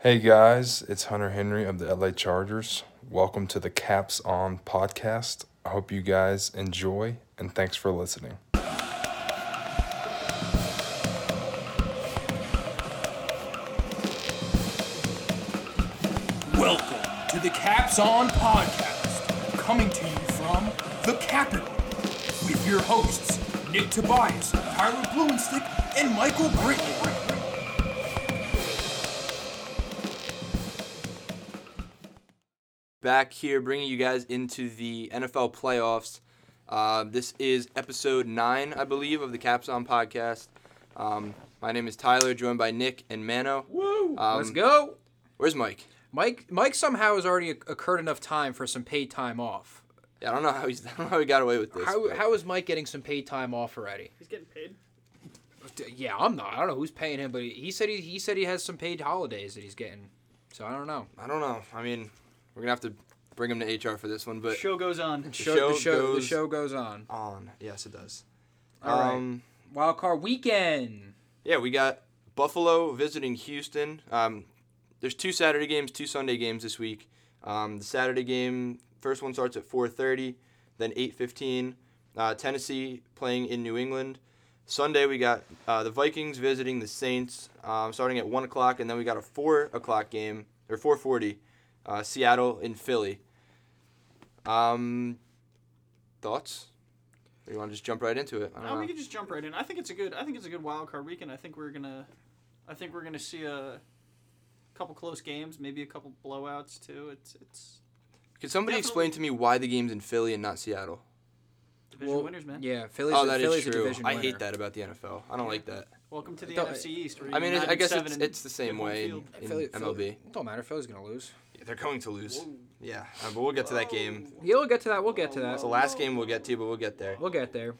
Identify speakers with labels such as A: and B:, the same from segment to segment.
A: Hey guys, it's Hunter Henry of the LA Chargers. Welcome to the Caps On podcast. I hope you guys enjoy and thanks for listening.
B: Welcome to the Caps On Podcast, coming to you from the Capitol with your hosts, Nick Tobias, Tyler Blumenstick, and Michael Britton.
C: back here bringing you guys into the NFL playoffs. Uh, this is episode nine, I believe, of the Caps On podcast. Um, my name is Tyler, joined by Nick and Mano.
D: Woo! Let's go.
C: Where's Mike?
D: Mike Mike somehow has already occurred enough time for some paid time off.
C: Yeah, I don't know how he's. I don't know how he got away with this.
D: How,
C: but-
D: how is Mike getting some paid time off already?
E: He's getting paid.
D: D- Yeah, I'm not. I don't know who's paying him, but he, he said he, he said he has some paid holidays that he's getting. So I don't know.
C: I don't know. I mean, we're gonna have to bring him to HR for this one, but
E: Show goes on.
D: The
C: show
D: the show,
C: goes-
D: the show goes on.
C: on. Yes, it does.
D: All right.
C: um,
D: Wild card weekend.
C: Yeah, we got Buffalo visiting Houston. Um, there's two Saturday games, two Sunday games this week. Um, the Saturday game, first one starts at 4:30, then 8:15. Uh, Tennessee playing in New England. Sunday we got uh, the Vikings visiting the Saints, um, starting at one o'clock, and then we got a four o'clock game or 4:40, uh, Seattle in Philly. Um, thoughts? Or you want to just jump right into it? I don't
E: Uh,
C: know.
E: we can just jump right in. I think it's a good. I think it's a good wild card weekend. I think we're gonna. I think we're gonna see a couple close games, maybe a couple blowouts too. It's it's
C: Could somebody explain to me why the game's in Philly and not Seattle?
E: division
D: Well,
E: winners, man.
D: Yeah, Philly's,
C: oh,
D: a-
C: that is
D: Philly's a
C: true.
D: division
C: I
D: winner.
C: hate that about the NFL. I don't like that.
E: Welcome to the
D: Don't-
E: NFC East. where
C: I mean,
E: you're
C: it,
E: nine
C: I
E: and
C: guess
E: seven
C: it's,
E: and
C: it's the same
E: different
C: way in,
E: field.
C: in
D: Philly,
C: MLB.
D: Philly, it don't matter. Philly's gonna lose.
C: Yeah, They're going to lose. Yeah, uh, but we'll get to that game.
D: Yeah, we'll get to that. We'll get to that.
C: It's the last game we'll get to, but we'll get there.
D: We'll get there.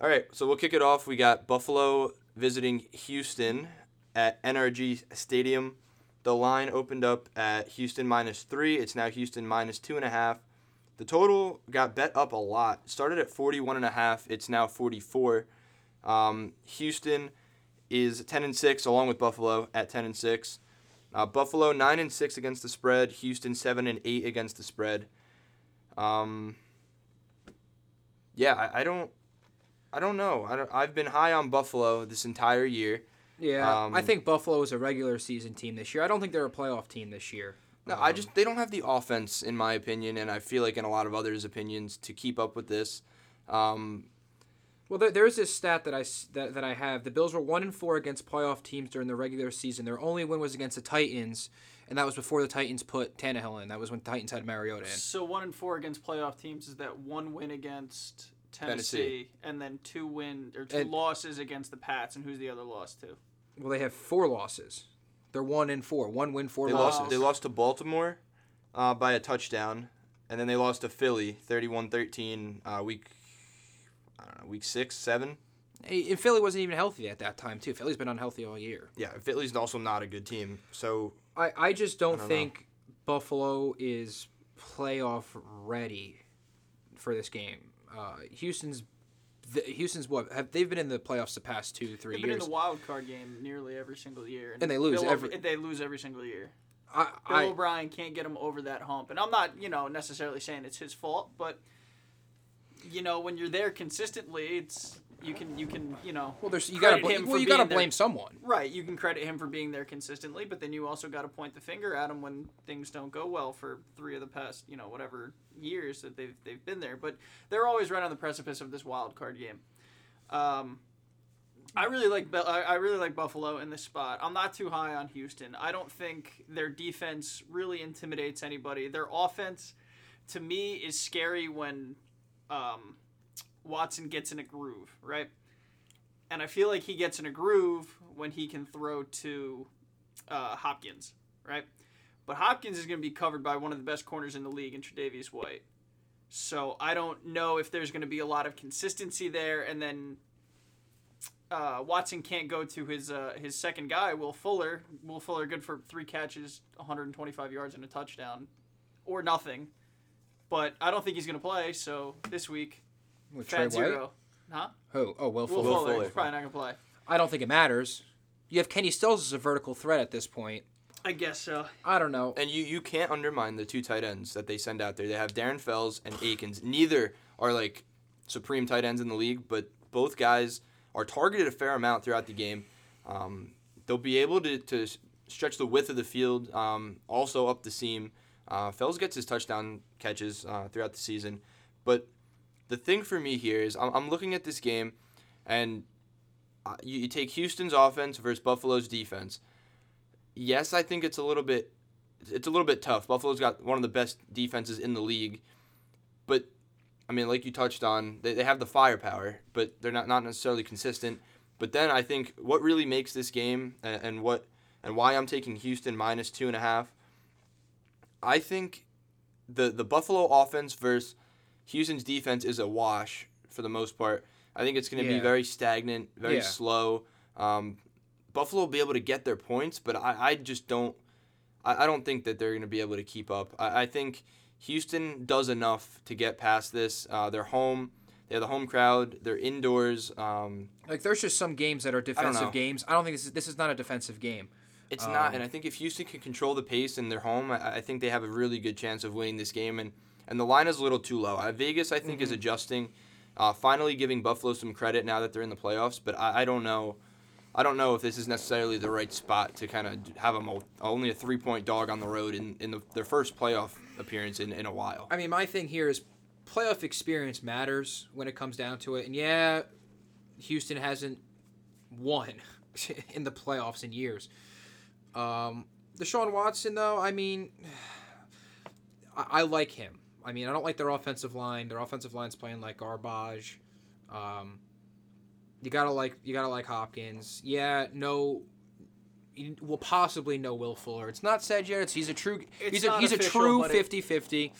C: All right, so we'll kick it off. We got Buffalo visiting Houston at NRG Stadium. The line opened up at Houston minus three. It's now Houston minus two and a half. The total got bet up a lot. Started at 41 and a half. It's now 44. Um, Houston is 10 and six, along with Buffalo at 10 and six. Uh, Buffalo nine and six against the spread. Houston seven and eight against the spread. Um, yeah, I, I don't. I don't know. I don't, I've been high on Buffalo this entire year.
D: Yeah,
C: Um,
D: I think Buffalo is a regular season team this year. I don't think they're a playoff team this year.
C: No, I just they don't have the offense, in my opinion, and I feel like in a lot of others' opinions, to keep up with this. Um,
D: Well, there, there's this stat that I s- that, that I have. The Bills were one and four against playoff teams during the regular season. Their only win was against the Titans, and that was before the Titans put Tannehill in. That was when the Titans had Mariota in.
E: So one and four against playoff teams is that one win against Tennessee,
C: Tennessee.
E: and then two win or two
D: And-
E: losses against the Pats, and who's the other loss to?
D: Well, they have four losses. They're one and four. One win, four
C: they
D: losses.
C: lost. They lost to Baltimore uh, by a touchdown, and then they lost to Philly, 31-13, uh, week. I don't know, week six, seven.
D: Hey, And Philly wasn't even healthy at that time too. Philly's been unhealthy all year.
C: Yeah, Philly's also not a good team. So
D: I, I just don't,
C: know.
D: think Buffalo is playoff ready for this game. Uh, Houston's the, Houston's what have they've been in the playoffs the past two three
E: They've been in
D: years.
E: the wild card game nearly every single year,
D: And they lose
E: Bill-
D: every-
E: They lose every single year.
D: I,
E: Bill
D: I,
E: O'Brien can't get him over that hump. And I'm not, you know, necessarily saying it's his fault, but you know, when you're there consistently, it's you can you can you know.
D: well, there's you gotta
E: credit him
D: blame, well,
E: for
D: you gotta
E: being there.
D: blame someone.
E: Right, you can credit him for being there consistently, but then you also got to point the finger at him when things don't go well for three of the past, you know, whatever years that they've they've been there. But they're always right on the precipice of this wild card game. Um, I really like Bel- I I really like Buffalo in this spot. I'm not too high on Houston. I don't think their defense really intimidates anybody. Their offense, to me, is scary when um, Watson gets in a groove, right? And I feel like he gets in a groove when he can throw to uh, Hopkins, right? But Hopkins is going to be covered by one of the best corners in the league in Tre'Davious White. So I don't know if there's going to be a lot of consistency there. And then uh, Watson can't go to his uh, his second guy, Will Fuller. Will Fuller good for three catches, 125 yards and a touchdown, or nothing. But I don't think he's going to play. So this week,
D: With Trey White,
E: fat zero, huh?
D: who? Oh, Will
E: Will
D: Fuller.
E: Fuller,
C: Fuller.
E: He's probably not going to play.
D: I don't think it matters. You have Kenny Stills as a vertical threat at this point.
E: I guess so.
D: I don't know.
C: And you, you can't undermine the two tight ends that they send out there. They have Darren Fells and Akins. Neither are like supreme tight ends in the league, but both guys are targeted a fair amount throughout the game. Um, they'll be able to, to s- stretch the width of the field, um, also up the seam. Uh, Fells gets his touchdown catches uh, throughout the season. But the thing for me here is I'm, I'm looking at this game, and uh, you, you take Houston's offense versus Buffalo's defense. Yes, I think it's a little bit it's a little bit tough. Buffalo's got one of the best defenses in the league, but I mean, like you touched on, they, they have the firepower, but they're not, not necessarily consistent. But then I think what really makes this game and, and what and why I'm taking Houston minus two and a half, I think the the Buffalo offense versus Houston's defense is a wash for the most part. I think it's going to
D: Yeah.
C: be very stagnant, very
D: Yeah.
C: slow. Um, Buffalo will be able to get their points, but I, I just don't I, I don't think that they're going to be able to keep up. I, I think Houston does enough to get past this. Uh, they're home. They have the home crowd. They're indoors. Um,
D: Like there's just some games that are
C: know.
D: defensive games. I don't think this is this is not a defensive game.
C: it's not. And I think if Houston can control the pace in their home, I, I think they have a really good chance of winning this game. And, and the line is a little too low. Uh, Vegas, I think, is adjusting, uh, finally giving Buffalo some credit now that they're in the playoffs. But I, I don't know. I don't know if this is necessarily the right spot to kind of have them only a three point dog on the road in, in the, their first playoff appearance in, in a while.
D: I mean, my thing here is playoff experience matters when it comes down to it. And yeah, Houston hasn't won in the playoffs in years. Um, Deshaun Watson, though, I mean, I, I like him. I mean, I don't like their offensive line. Their offensive line's playing like garbage. Um, you gotta like you gotta like Hopkins. Yeah, no. you- Well, possibly no Will Fuller. It's not said yet. It's he's a true
E: It's
D: he's a
E: not
D: he's
E: official,
D: a true
E: but it-
D: 50-50.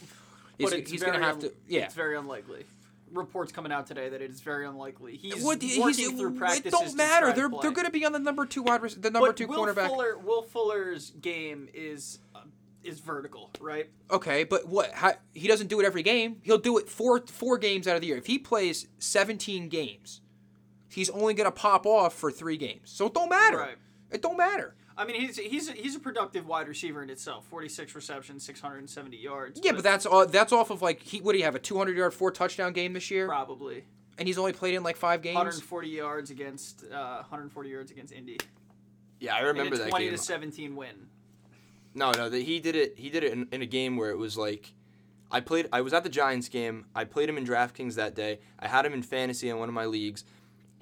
D: He's,
E: but it's
D: he's
E: very
D: gonna have
E: un-
D: to yeah.
E: It's very unlikely. Reports coming out today that it is very unlikely. He's
D: What-
E: working
D: he's-
E: through
D: it
E: practices.
D: don't matter.
E: To try
D: They're
E: to play.
D: they're going to be on the number two wide rec- the number
E: but
D: two
E: Will
D: cornerback.
E: Fuller, Will Fuller's game is uh, is vertical, right?
D: Okay, but what? How, he doesn't do it every game. He'll do it four four games out of the year. If he plays seventeen games, he's only going to pop off for three games. So it don't matter.
E: Right.
D: It don't matter.
E: I mean, he's he's he's a productive wide receiver in itself. Forty six receptions, six hundred and seventy yards.
D: Yeah, but that's all. That's off of like he. What do you have? A two hundred yard four touchdown game this year,
E: probably
D: and he's only played in like five
E: one hundred
D: games.
E: forty yards against uh, one hundred forty yards against Indy.
C: yeah, I
E: In a
C: remember that
E: twenty
C: game.
E: to seventeen win.
C: No, no, that he did it. He did it in, in a game where it was like, I played. I was at the Giants game. I played him in DraftKings that day. I had him in fantasy in one of my leagues,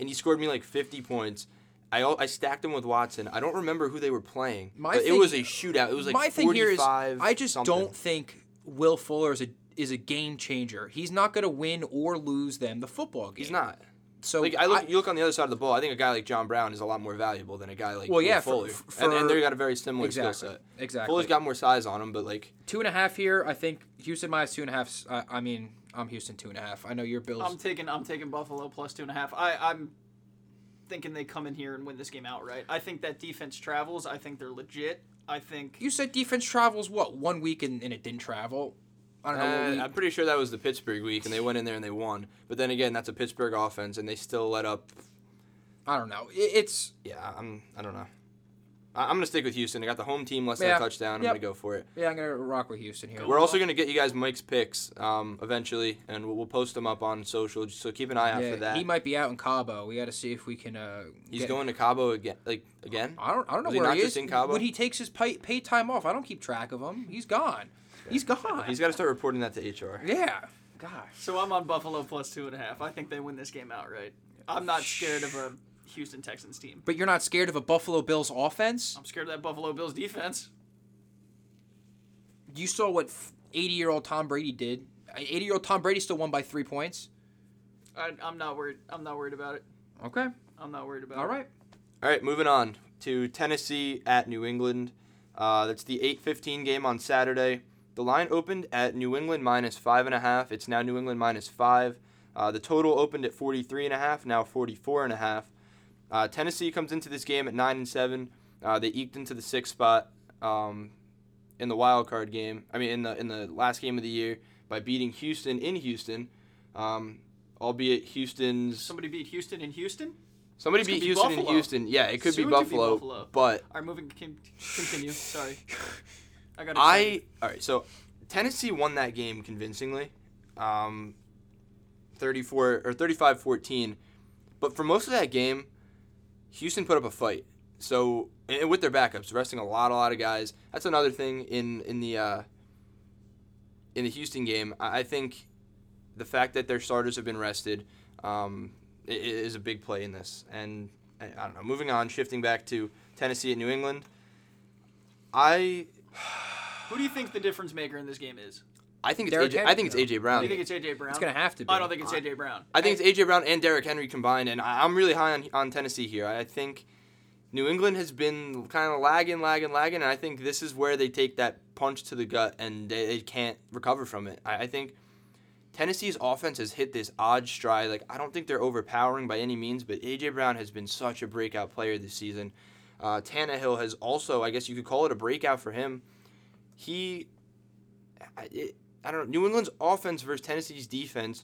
C: and he scored me like 50 points. I al- I stacked him with Watson. I don't remember who they were playing.
D: My
C: but
D: thing-
C: it was a shootout. It was like
D: My thing here is,
C: 45
D: I just
C: something.
D: don't think Will Fuller is a is a game changer. He's not going to win or lose them the football game.
C: He's not.
D: So
C: Like I look, you look on the other side of the ball. I think a guy like John Brown is a lot more valuable than a guy like
D: Well,
C: Will
D: yeah,
C: Fuller,
D: for- for-
C: and, and they got a very similar
D: Exactly,
C: skill set.
D: exactly.
C: Fuller's got more size on him, but like
D: two and a half here. I think Houston minus two and a half. 's- I, I mean, I'm Houston two and a half. I know your Bills.
E: I'm taking I'm taking Buffalo plus two and a half. I I'm thinking they come in here and win this game outright. I think that defense travels. I think they're legit. I think
D: you said defense travels what one week and, and it didn't travel. I don't know. what
C: Uh,
D: week-
C: I'm pretty sure that was the Pittsburgh week, and they went in there and they won. But then again, that's a Pittsburgh offense, and they still let up.
D: I don't know. It, it's
C: Yeah, I'm. I don't know. I, I'm gonna stick with Houston. I got the home team less than
D: Yeah.
C: a touchdown.
D: Yep.
C: I'm gonna go for it.
D: yeah. I'm gonna rock with Houston here.
C: We're also gonna get you guys Mike's picks um, eventually, and we'll, we'll post them up on social. just- So keep an eye out
D: yeah,
C: for that.
D: he might be out in Cabo. We got to see if we can. Uh,
C: He's
D: get-
C: going to Cabo again. Like again.
D: I don't. I don't know
C: Was he
D: where
C: not
D: he
C: just
D: is.
C: in Cabo?
D: When he takes his pay, paid time off, I don't keep track of him. He's gone. He's gone.
C: He's got to start reporting that to HR.
D: yeah. Gosh.
E: so. I'm on Buffalo plus two and a half. I think they win this game outright. I'm not scared of a Houston Texans team.
D: But you're not scared of a Buffalo Bills offense?
E: I'm scared of that Buffalo Bills defense.
D: You saw what 80 year old Tom Brady did. 80 year old Tom Brady still won by three points.
E: I, I'm not worried. I'm not worried about it.
D: Okay.
E: I'm not worried about
D: All
E: it.
D: right.
C: All right, moving on to Tennessee at New England. Uh, that's the 8:15 game on Saturday. The line opened at New England minus five and a half. It's now New England minus five. Uh, the total opened at 43 and a half. Now 44 and a half. Uh, Tennessee comes into this game at nine and seven. Uh, they eked into the sixth spot um, in the wild card game. I mean, in the in the last game of the year by beating Houston in Houston, um, albeit Houston's
E: Somebody beat Houston in Houston.
C: Somebody
E: This could
C: beat
E: be
C: Houston
E: Buffalo.
C: in Houston. Yeah, it could be
E: Soon to be
C: Buffalo,
E: Buffalo.
C: but
E: All right, moving. Can, continue. Sorry. I got.
C: I all right. So Tennessee won that game convincingly, um, 34 or 35-14. But for most of that game, Houston put up a fight. So and with their backups, resting a lot, a lot of guys. That's another thing in in the uh, in the Houston game. I, I think the fact that their starters have been rested um, i- i- is a big play in this. And I I don't know. Moving on, shifting back to Tennessee at New England. I
E: Who do you think the difference maker in this game is?
C: I think it's
D: Derrick
C: AJ.
D: Henry,
C: I think it's
D: though.
C: AJ Brown.
E: You think it's AJ Brown?
D: It's gonna have to be.
E: I don't think it's AJ Brown.
C: I think it's AJ Brown and Derrick Henry combined, and I, I'm really high on, on Tennessee here. I think New England has been kind of lagging, lagging, lagging, and I think this is where they take that punch to the gut and they, they can't recover from it. I, I think Tennessee's offense has hit this odd stride. Like I don't think they're overpowering by any means, but AJ Brown has been such a breakout player this season. Uh, Tannehill has also, I guess you could call it a breakout for him. He, I, it, I don't know. New England's offense versus Tennessee's defense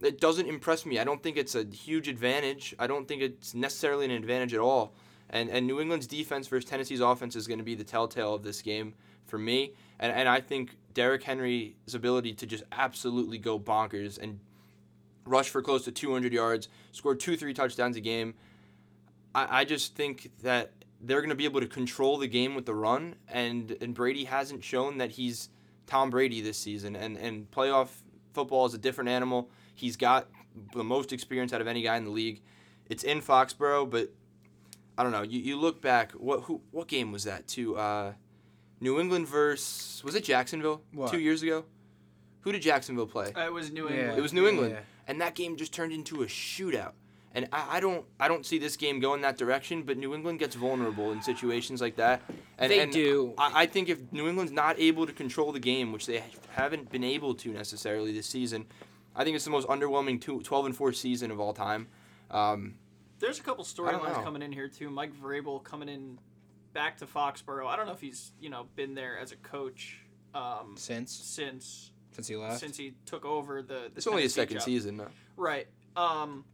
C: it doesn't impress me. I don't think it's a huge advantage. I don't think it's necessarily an advantage at all. And and New England's defense versus Tennessee's offense is going to be the telltale of this game for me. And and I think Derrick Henry's ability to just absolutely go bonkers and rush for close to 200 yards, score two three touchdowns a game. I, I just think that they're going to be able to control the game with the run, and and Brady hasn't shown that he's Tom Brady this season, and and playoff football is a different animal. He's got the most experience out of any guy in the league. It's in Foxborough, but I don't know. You, you look back. What who what game was that? To uh, New England versus was it Jacksonville
D: What?
C: two years ago? Who did Jacksonville play?
E: Uh, It was New
D: Yeah.
E: England.
C: It was New England,
D: Yeah.
C: and that game just turned into a shootout. And I, I don't, I don't see this game going that direction. But New England gets vulnerable in situations like that. And,
D: They
C: and
D: do.
C: I, I think if New England's not able to control the game, which they haven't been able to necessarily this season, I think it's the most underwhelming two, 12 and four season of all time. Um,
E: There's a couple
C: I don't know.
E: storylines coming in here too. Mike Vrabel coming in back to Foxborough. I don't know if he's you know been there as a coach um,
D: Since
E: since
D: since he left.
E: since he took over the. the
C: it's only his
E: Tennessee
C: second
E: job.
C: season. No.
E: Right. Um,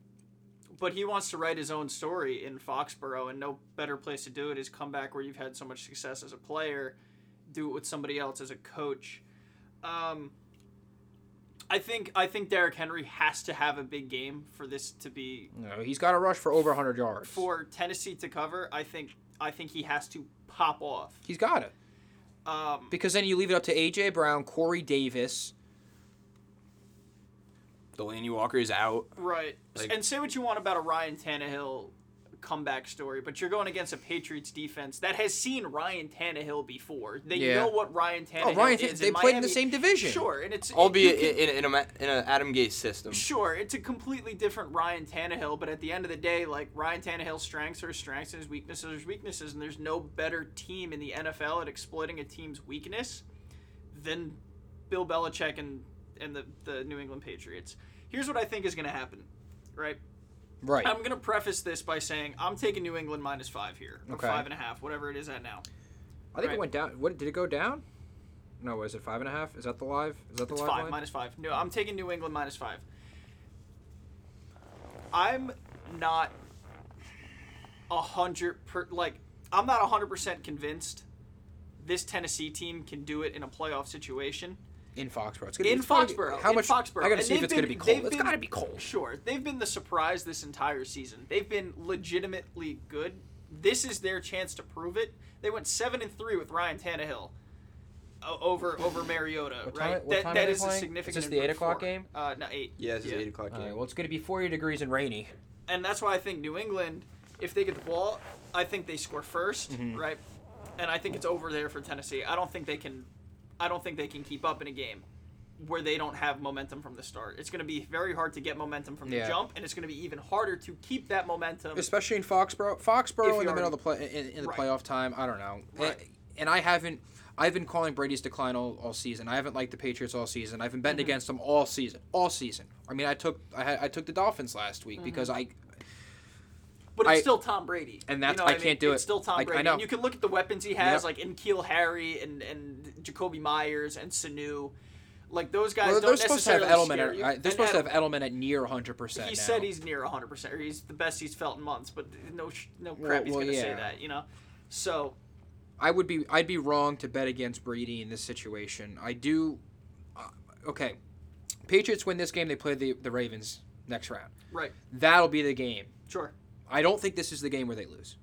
E: but he wants to write his own story in Foxborough, and no better place to do it is come back where you've had so much success as a player, do it with somebody else as a coach. Um, I think I think Derrick Henry has to have a big game for this to be
D: no, he's got to rush for over 100 yards.
E: for Tennessee to cover. I think I think he has to pop off.
D: He's got it
E: Um,
D: because then you leave it up to AJ Brown, Corey Davis.
C: Delaney Walker is out.
E: Right.
C: Like-
E: and say what you want about a Ryan Tannehill comeback story, but you're going against a Patriots defense that has seen Ryan Tannehill before. They
D: Yeah.
E: know what Ryan Tannehill
D: Oh, Ryan,
E: is.
D: they
E: in
D: played in the
E: Miami.
D: same division.
E: Sure, and it's
C: Albeit
E: you can-
C: in, in, in, a, ma- in an Adam Gase system.
E: Sure, it's a completely different Ryan Tannehill, but at the end of the day, like Ryan Tannehill's strengths are his strengths and his weaknesses are his weaknesses, and there's no better team in the NFL at exploiting a team's weakness than Bill Belichick and, and the, the New England Patriots. Here's what I think is gonna happen, right?
D: Right.
E: I'm gonna preface this by saying I'm taking New England minus five here, or
D: Okay.
E: five and a half, whatever it is at now.
D: I think
E: right.
D: it went down. What did it go down? No, was it five and a half? Is that the live? Is that the
E: It's
D: live
E: five
D: line?
E: minus five. No, I'm taking New England minus five. I'm not a hundred per like I'm not a hundred percent convinced this Tennessee team can do it in a playoff situation.
D: in Foxborough. It's gonna
E: in
D: it's gotta be-
E: Foxborough.
D: How
E: in
D: much?
E: Foxborough.
D: I gotta
E: And
D: see if
E: they've
D: it's gonna
E: been-
D: be cold.
E: they've
D: It's
E: been-
D: gotta be cold.
E: Sure, they've been the surprise this entire season. They've been legitimately good. This is their chance to prove it. They went seven and three with Ryan Tannehill o- over over Mariota.
D: What time-
E: right?
D: what time are
E: that
D: they
E: is a
D: playing?
E: significant.
D: Is this the eight
E: improvement
D: o'clock
E: for-
D: game?
E: Uh, no, eight.
C: Yeah, it's an eight o'clock
D: All
C: game.
D: right. Well, it's gonna be 40 degrees and rainy.
E: and that's why I think New England, if they get the ball, I think they score 1st
D: Mm-hmm.
E: right? And I think it's over there for Tennessee. I don't think they can, I don't think they can keep up in a game where they don't have momentum from the start. It's going to be very hard to get momentum from the
D: Yeah.
E: jump, and it's going to be even harder to keep that momentum.
D: especially in Foxborough.
E: If
D: Foxborough in
E: you
D: the middle of
E: already-
D: the play in, in the
E: Right.
D: playoff time. I don't know.
E: Right.
D: And, and I haven't. I've been calling Brady's decline all, all season. I haven't liked the Patriots all season. I've been betting
E: Mm-hmm.
D: against them all season. All season. I mean, I took I, had, I took the Dolphins last
E: Mm-hmm.
D: week because I
E: but it's
D: I-
E: still Tom Brady,
D: And that's-
E: you know
D: I
E: what mean?
D: can't do
E: It's
D: it.
E: still Tom
D: Like, I
E: Brady.
D: know.
E: And you can look at the weapons he has,
D: Yep.
E: like in Keel Harry and and Jacoby Myers and Sanu. Like those guys
D: Well,
E: don't
D: they're supposed to have
E: necessarily
D: Edelman.
E: scare
D: At,
E: you.
D: I- they're
E: And
D: supposed to
E: Edel-
D: have Edelman at near 100. percent
E: He said he's near 100%. Or he's the best he's felt in months, but no sh- no crap
D: Well-
E: he's
D: well,
E: going to say
D: yeah.
E: that, you know. So,
D: I would be. I'd be wrong to bet against Brady in this situation. I do. Uh, okay, Patriots win this game. They play the the Ravens next round.
E: right.
D: That'll be the game.
E: Sure.
D: I don't think this is the game where they lose.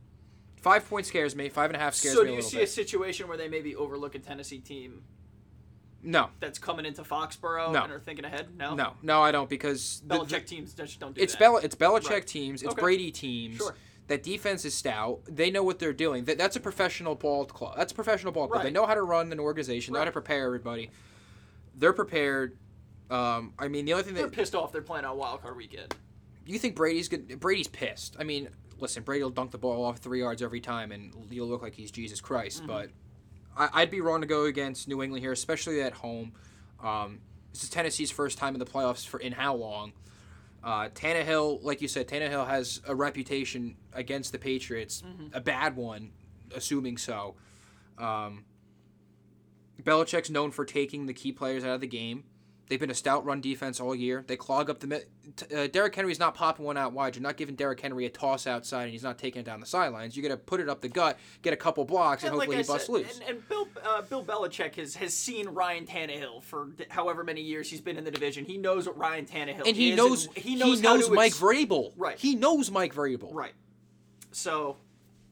D: Five point scares me. Five and a half scares
E: So
D: me
E: do
D: a
E: you
D: little
E: see a
D: bit.
E: situation where they maybe overlook a Tennessee team
D: no,
E: that's coming into Foxborough
D: No.
E: and are thinking ahead? No.
D: no, no. I don't because the-
E: Oh. Belichick
D: the-
E: teams just don't do
D: it's
E: that.
D: Bel- it's Belichick
E: Right.
D: teams, it's
E: Okay.
D: Brady teams.
E: Sure.
D: That defense is stout. They know what they're doing. That, that's a professional ball club. That's a professional ball club. They
E: Right.
D: know how to run an organization. They know how to
E: Right.
D: prepare everybody. They're prepared. Um, I mean, the only thing
E: They're
D: that
E: pissed off they're playing on wild card weekend.
D: you think Brady's good? Brady's pissed. I mean, listen, Brady will dunk the ball off three yards every time, and you'll look like he's Jesus Christ.
E: Mm-hmm.
D: But I, I'd be wrong to go against New England here, especially at home. Um, this is Tennessee's first time in the playoffs for in how long? Uh, Tannehill, like you said, Tannehill has a reputation against the Patriots,
E: Mm-hmm.
D: a bad one, assuming so. Um, Belichick's known for taking the key players out of the game. They've been a stout run defense all year. They clog up the. mi- t- Uh, Derrick Henry's not popping one out wide. You're not giving Derrick Henry a toss outside, and he's not taking it down the sidelines. You're gonna put it up the gut, get a couple blocks, and,
E: And like
D: hopefully
E: I
D: he busts
E: said,
D: loose.
E: and, and Bill uh, Bill Belichick has, has seen Ryan Tannehill for d- however many years he's been in the division. He knows what Ryan Tannehill
D: and
E: is.
D: he knows
E: and he knows, how to
D: Mike
E: ex-
D: Vrabel.
E: Right.
D: He knows Mike Vrabel.
E: Right. So,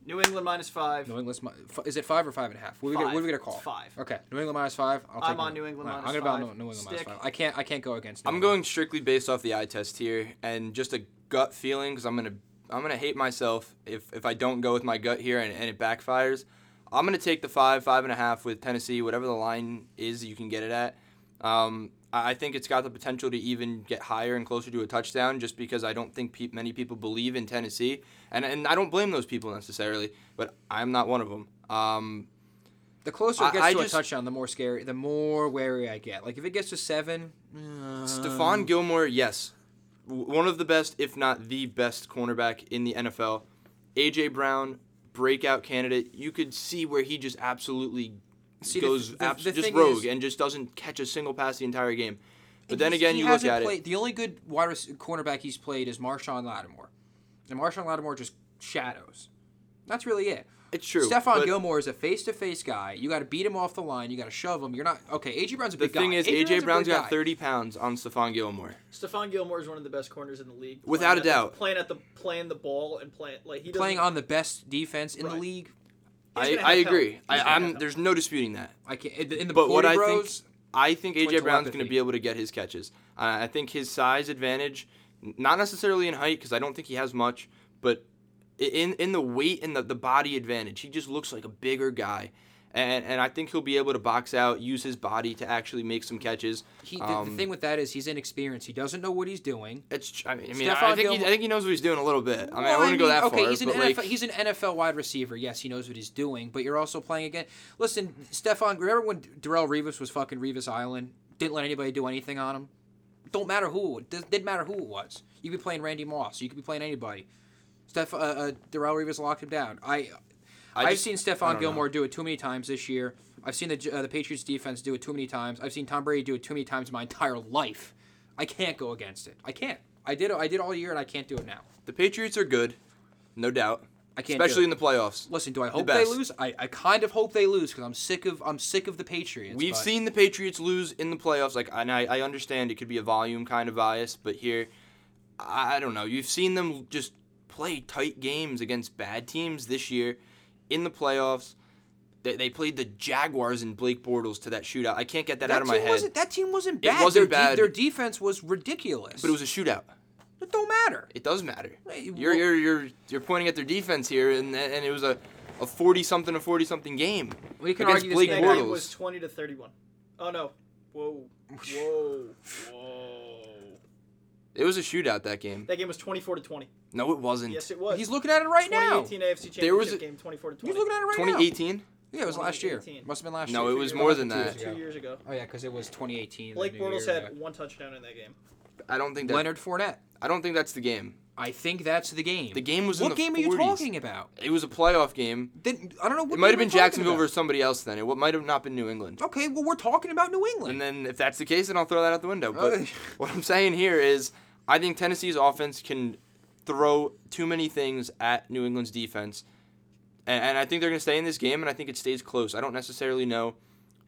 E: New England minus five.
D: New England's mi- f- is it five or five and a half? What we gonna- what we gonna
E: Five.
D: call? it?
E: It's five.
D: Okay, New England minus five. I'll
E: I'm
D: take
E: on New England
D: Alright,
E: minus
D: I'm gonna
E: five.
D: bet New England minus
E: Stick.
D: five. I can't. I can't go against. New
C: I'm
D: England.
C: going strictly based off the eye test here and just a gut feeling because I'm gonna I'm gonna hate myself if if I don't go with my gut here and, and it backfires. I'm gonna take the five five and a half with Tennessee, whatever the line is you can get it at. Um, I I think it's got the potential to even get higher and closer to a touchdown, just because I don't think pe- many people believe in Tennessee, and and I don't blame those people necessarily, but I'm not one of them. Um,
D: The closer
C: I-
D: it gets
C: I
D: to
C: just-
D: a touchdown, the more scary, the more wary I get. Like if it gets to seven, uh,
C: Stephon Gilmore, yes, W- one of the best, if not the best, cornerback in the NFL. AJ Brown, breakout candidate. You could see where he just absolutely
D: See, the-
C: goes
D: the-
C: abs-
D: the
C: just
D: thing
C: rogue
D: is-
C: and just doesn't catch a single pass the entire game. But
D: And
C: then
D: he's-
C: again,
D: he
C: you look
D: hasn't
C: at
D: played,
C: it.
D: The only good wide rec- cornerback he's played is Marshawn Lattimore, and Marshawn Lattimore just shadows. That's really it.
C: It's true.
D: Stephon
C: but
D: Gilmore is a face-to-face guy. You got to beat him off the line. You got to shove him. You're not okay. AJ Brown's a
C: The
D: big guy.
C: thing is,
D: AJ
C: AJ Brown's
D: Brown's a big
C: got
D: guy.
C: 30 pounds on Stephon Gilmore.
E: Stephon Gilmore is one of the best corners in the league,
C: Without
E: playing
C: a
E: at the-
C: doubt.
E: playing at the playing the ball and playing like he doesn't-
D: playing on the best defense in the
E: Right.
D: league.
E: He's
C: I,
E: gonna
C: I
E: have help.
C: agree.
E: He's
C: I,
E: gonna have
C: I'm.
E: help.
C: There's no disputing that.
D: I can't. In the, in the
C: But what
D: Purdy
C: I think,
D: Bros,
C: I think
D: Twin
C: AJ Brown's going
D: telepathy.
C: to be able to get his catches. Uh, I think his size advantage, n- not necessarily in height, because I don't think he has much, but i- in in the weight and the, the body advantage, he just looks like a bigger guy, and and I think he'll be able to box out, use his body to actually make some catches.
D: he, the, the
C: Um,
D: thing with that is he's inexperienced. He doesn't know what he's doing.
C: it's tr- I mean, I, mean
D: Stephon
C: I think he,
D: Gilmore-
C: I think he knows what he's doing a little bit. I mean, I
D: Well,
C: wouldn't go that
D: okay,
C: far.
D: he's an,
C: but
D: NFL,
C: like,
D: he's an NFL wide receiver. Yes, he knows what he's doing, but you're also playing again. Listen, Stefan, remember when Darrell Revis was fucking Revis Island? Didn't let anybody do anything on him. Don't matter who. It does- didn't matter who it was. You could be playing Randy Moss. You could be playing anybody. Steph, uh, uh, Darrell Revis locked him down. I, I have
C: just-
D: seen
C: I
D: Stephon
C: don't
D: Gilmore do it too many times this year. I've seen the J- uh, the Patriots defense do it too many times. I've seen Tom Brady do it too many times in my entire life. I can't go against it. I can't. I did. I did all year, and I can't do it now.
C: the Patriots are good, no doubt.
D: I can't do
C: especially
D: it.
C: in the playoffs.
D: Listen, do I hope they
C: best.
D: lose? I, I kind of hope they lose because I'm sick of I'm sick of the Patriots.
C: We've
D: but-
C: seen the Patriots lose in the playoffs. Like, and I, I understand it could be a volume kind of bias, but here, I I don't know. You've seen them just play tight games against bad teams this year in the playoffs. They, they played the Jaguars and Blake Bortles to that shootout. I can't get that,
D: that
C: out of my
D: team
C: head.
D: Wasn't, that team wasn't bad.
C: wasn't
D: their de-
C: bad.
D: their defense was ridiculous.
C: but it was a shootout.
D: It don't matter.
C: It does matter.
D: Hey,
C: You're
D: well-
C: you're you're you're pointing at their defense here, and and it was a. A forty-something, a forty-something game
D: We can
C: against
D: argue this
C: Blake
E: That
D: game-
E: game
C: Bortles.
E: was twenty to thirty-one. Oh no! Whoa! Whoa! Whoa!
C: it was a shootout that game.
E: That game was twenty-four to twenty.
C: No, it wasn't.
E: Yes, it was.
D: He's looking at it right now. He's
E: 2018 AFC Championship
C: There was a-
E: game, twenty-four to twenty.
D: looking at it right now.
C: 2018.
D: Yeah, it was last year.
E: 2018.
D: Must have been last
C: No,
D: year.
C: it was more than
D: Two years
C: that.
E: two
D: ago.
E: years ago.
D: Oh yeah, because it was 2018. the
E: Blake
D: new
E: Bortles
D: year,
E: had
D: yeah.
E: one touchdown in that game.
C: I don't think that,
D: Leonard Fournette.
C: I don't think that's the game.
D: I think that's the game.
C: The game was in
D: What
C: the
D: game are you
C: 40s.
D: talking about?
C: It was a playoff game.
D: Then I don't know. What
C: It might have
D: game
C: been
D: we're talking
C: Jacksonville
D: about. Oh.
C: versus somebody else then. It wa- might have not been New England.
D: Okay, well we're talking about New
C: And
D: England.
C: then if that's the case, then I'll throw that out the window. But
D: Okay.
C: what I'm saying here is I think Tennessee's offense can throw too many things at New England's defense. And, and I think they're going to stay in this game, and I think it stays close. I don't necessarily know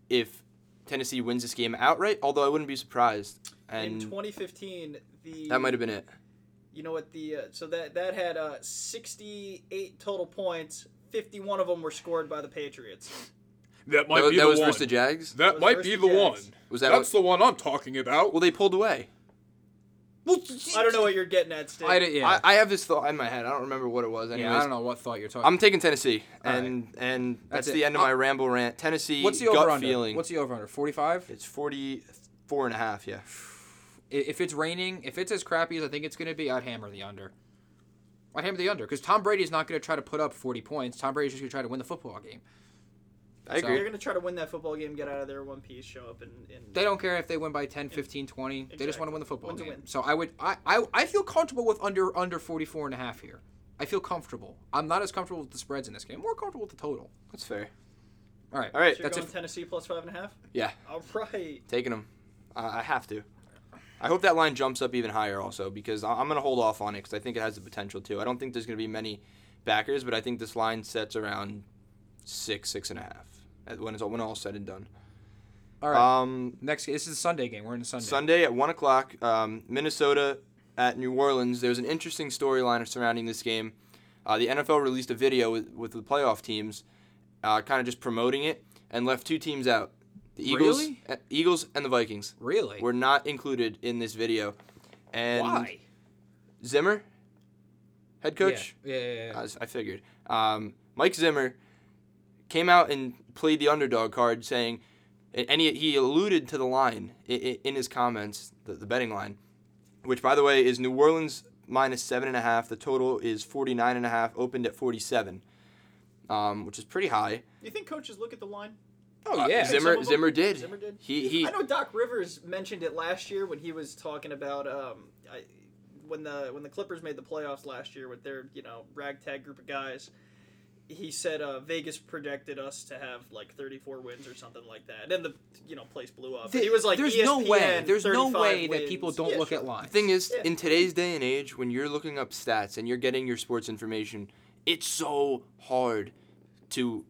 C: if Tennessee wins this game outright, although I wouldn't be surprised.
E: In
C: And
E: 2015, the
C: that might have been it.
E: you know what the uh, so that that had uh, 68 total points. 51 of them were scored by the Patriots.
B: That might
C: That,
B: be
C: that
B: the
C: was
B: one.
C: versus the Jags.
B: That
E: was
B: might
E: versus
B: be
E: the
B: the one.
E: Jags.
C: Was that
B: That's the one I'm talking about.
C: Well, they pulled away.
D: Well,
E: I don't know what you're getting at, Steve.
D: I don't- yeah.
C: I, I have this thought in my head. I don't remember what it was. Anyways,
D: yeah, I don't know what thought you're talking.
C: I'm taking Tennessee,
D: All right.
C: and and that's,
D: That's
C: the
D: it. Uh,
C: end of my ramble rant. Tennessee
D: What's the
C: gut
D: over under?
C: feeling.
D: What's the over under? 45?
C: It's 44 and a half, yeah.
D: I- If it's raining, if it's as crappy as I think it's going to be, I'd hammer the under. I'd hammer the under because Tom Brady's not going to try to put up 40 points. Tom Brady's just going to try to win the football game.
C: I
D: So-
E: They're going to try to win that football game, get out of there one piece, show up, and, and
D: They don't care if they win by 10, 15, 20. They just want
E: Exactly.
D: to win the football
E: Win to
D: game.
E: win.
D: So I would I, I I feel comfortable with under under 44 and a half here. I feel comfortable. I'm not as comfortable with the spreads in this game. More comfortable with the total.
C: That's fair.
D: All right.
C: All right.
E: So you're
D: That's
E: going
D: it.
E: Tennessee plus five and a half.
C: Yeah,
E: All right.
C: taking them. I I have to. I hope that line jumps up even higher also because I- I'm going to hold off on it because I think it has the potential to. I don't think there's going to be many backers, but I think this line sets around six, six and a half at- when it's all, when all said and done.
D: All right.
C: Um,
D: Next this is a Sunday game. We're in a Sunday.
C: Sunday at one o'clock, um, Minnesota at New Orleans. There's an interesting storyline surrounding this game. Uh, the NFL released a video with, with the playoff teams, uh, kind of just promoting it, and left two teams out: the Eagles,
D: Really?
C: uh, Eagles, and the Vikings.
D: really?
C: Were not included in this video. And
D: Why?
C: Zimmer, head
D: Yeah.
C: coach. Uh,
D: Yeah, yeah, yeah, yeah.
C: As I figured. Um, Mike Zimmer came out and played the underdog card, saying, and he, he alluded to the line in, in his comments, the, the betting line, which, by the way, is New Orleans minus seven and a half. The total is 49 and a half, opened at 47, um, which is pretty high.
E: You think coaches look at the line?
D: Oh yeah.
E: some of
C: Zimmer,
E: them-
C: Zimmer did.
E: Zimmer did?
C: He, he,
E: I know Doc Rivers mentioned it last year when he was talking about um, I, when the when the Clippers made the playoffs last year with their you know ragtag group of guys. He said uh, Vegas projected us to have like 34 wins or something like that, and then the you know place blew up.
D: Th-
E: he was like, E
D: there's no way.
E: "ESPN,
D: There's no
E: 35
D: way that
E: wins."
D: people don't
E: Yeah,
D: look
E: sure.
D: at lines.
C: The thing is,
E: Yeah.
C: in today's day and age, when you're looking up stats and you're getting your sports information, it's so hard to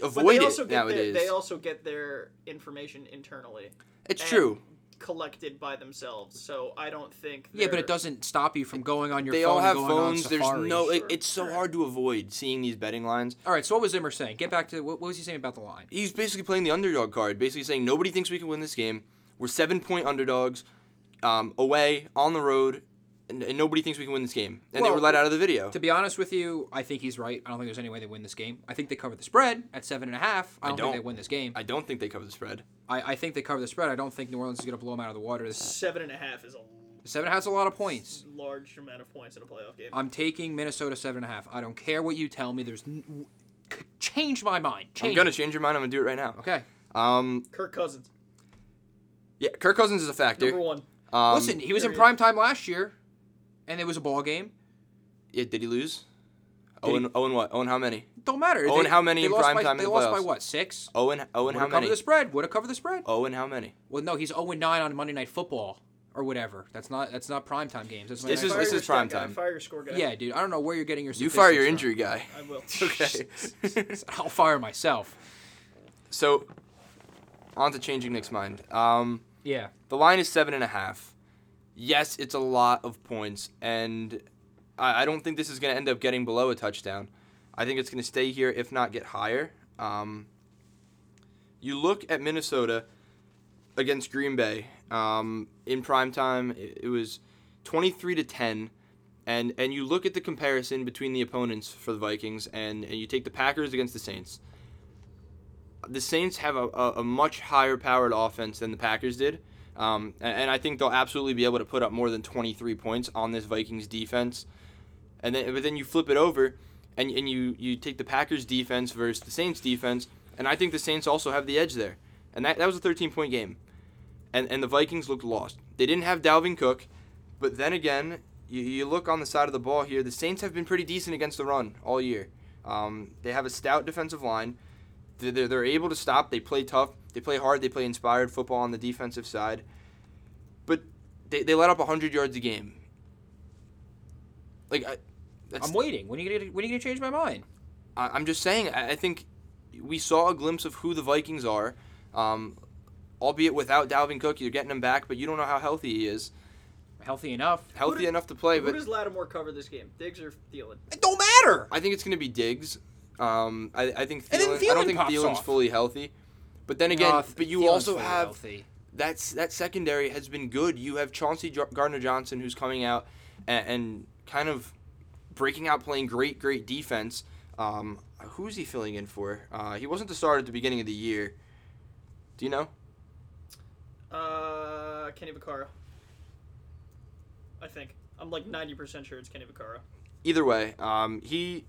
E: But they
C: avoid
E: also
C: it
E: get their,
C: nowadays.
E: they also get their information internally,
C: it's
E: and-
C: true.
E: collected by themselves. So I don't think
D: yeah, but
E: they're-
D: it doesn't stop you from going on your
C: They
D: phone.
C: all
D: and
C: have
D: going
C: phones.
D: On
C: There's
D: Safari.
C: no. it-
E: Sure,
C: it's so
E: correct.
C: hard to avoid seeing these betting lines.
D: All right. So what was Zimmer saying? Get back to what, what was he saying about the line?
C: He's basically playing the underdog card, basically saying nobody thinks we can win this game. We're seven point underdogs, um, away on the road, and, and nobody thinks we can win this game. And they
D: Well,
C: were let out of the video.
D: To be honest with you, I think he's right. I don't think there's any way they win this game. I think they cover the spread at seven and a half. I don't,
C: don't.
D: think they win this game.
C: I don't think they cover the spread.
D: I, I think they cover the spread. I don't think New Orleans is going to blow them out of the water. This
E: seven and a half is a
D: seven has a lot of points.
E: large amount of points in a playoff game.
D: I'm taking Minnesota seven and a half. I don't care what you tell me. There's n- c- change my mind. Change.
C: I'm gonna change your mind. I'm gonna do it right now.
D: Okay.
C: Um.
E: Kirk Cousins,
C: Yeah. Kirk Cousins is a factor.
E: number one.
C: Um,
D: Listen, he was in
E: period.
D: prime time last year, and it was a ball game.
C: Yeah, did he lose? Owen, Owen what? Owen how many?
D: Don't matter.
C: Owen,
D: They-
C: Oh, how many
D: they
C: in
D: lost
C: prime
D: by-
C: time in
D: They
C: the
D: lost by
C: playoffs?
D: what? Six.
C: Owen, Owen
D: Would
C: how
D: have covered
C: many?
D: the spread. Would have covered the spread.
C: Owen how many?
D: Well, no, he's 0 9 on Monday Night Football or whatever. That's not that's not primetime games. That's Monday
C: This
D: Night
C: is-
E: Fire
C: this
E: your
C: is
E: stat
C: prime
E: guy,
C: time.
E: Fire your score guy.
D: Football. yeah, dude. I don't know where you're getting your.
C: You fire your
D: statistics
C: injury guy.
E: I will.
C: Okay.
D: from. I'll fire myself.
C: so, on to changing Nick's mind. Um,
D: Yeah.
C: the line is seven and a half. Yes, it's a lot of points, and I, I don't think this is going to end up getting below a touchdown. I think it's going to stay here, if not get higher. Um, you look at Minnesota against Green Bay um, in primetime. It, it was 23 to 10. And, and you look at the comparison between the opponents for the Vikings, and, and you take the Packers against the Saints. The Saints have a, a, a much higher powered offense than the Packers did. Um, and, and I think they'll absolutely be able to put up more than 23 points on this Vikings defense. And then, but then you flip it over, and, and you you take the Packers defense versus the Saints defense, and I think the Saints also have the edge there. And that, that was a 13 point game. and and the Vikings looked lost. They didn't have Dalvin Cook, but then again, you, you look on the side of the ball here. The Saints have been pretty decent against the run all year. Um, they have a stout defensive line. They're, they're, they're able to stop. They play tough. They play hard. They play inspired football on the defensive side. But they, they let up 100 yards a game. Like, I, that's,
D: I'm waiting. When are you gonna when are you gonna change my mind?
C: I, I'm just saying, I, I think we saw a glimpse of who the Vikings are, um, albeit without Dalvin Cook. You're getting him back, but you don't know how healthy he is.
D: Healthy enough.
C: Healthy
E: does-
C: enough to play,
E: Who
C: but
E: does Lattimore cover this game? Diggs or Thielen?
D: It don't matter.
C: I think it's going to be Diggs. Um, I, I think
D: And then
C: Thielen, I
D: Thielen
C: don't think
D: pops
C: Thielen's
D: off.
C: fully healthy. But then again,
D: No, th-
C: but you
D: Thielen's
C: also
D: fully
C: have
D: healthy.
C: that's that secondary has been good. You have Chauncey Gardner Johnson who's coming out and, and kind of breaking out, playing great, great defense. Um, who's he filling in for? Uh, he wasn't the starter at the beginning of the year. Do you know?
E: Uh, Kenny Vaccaro. I think. I'm like 90% sure it's Kenny Vaccaro.
C: Either way, um, he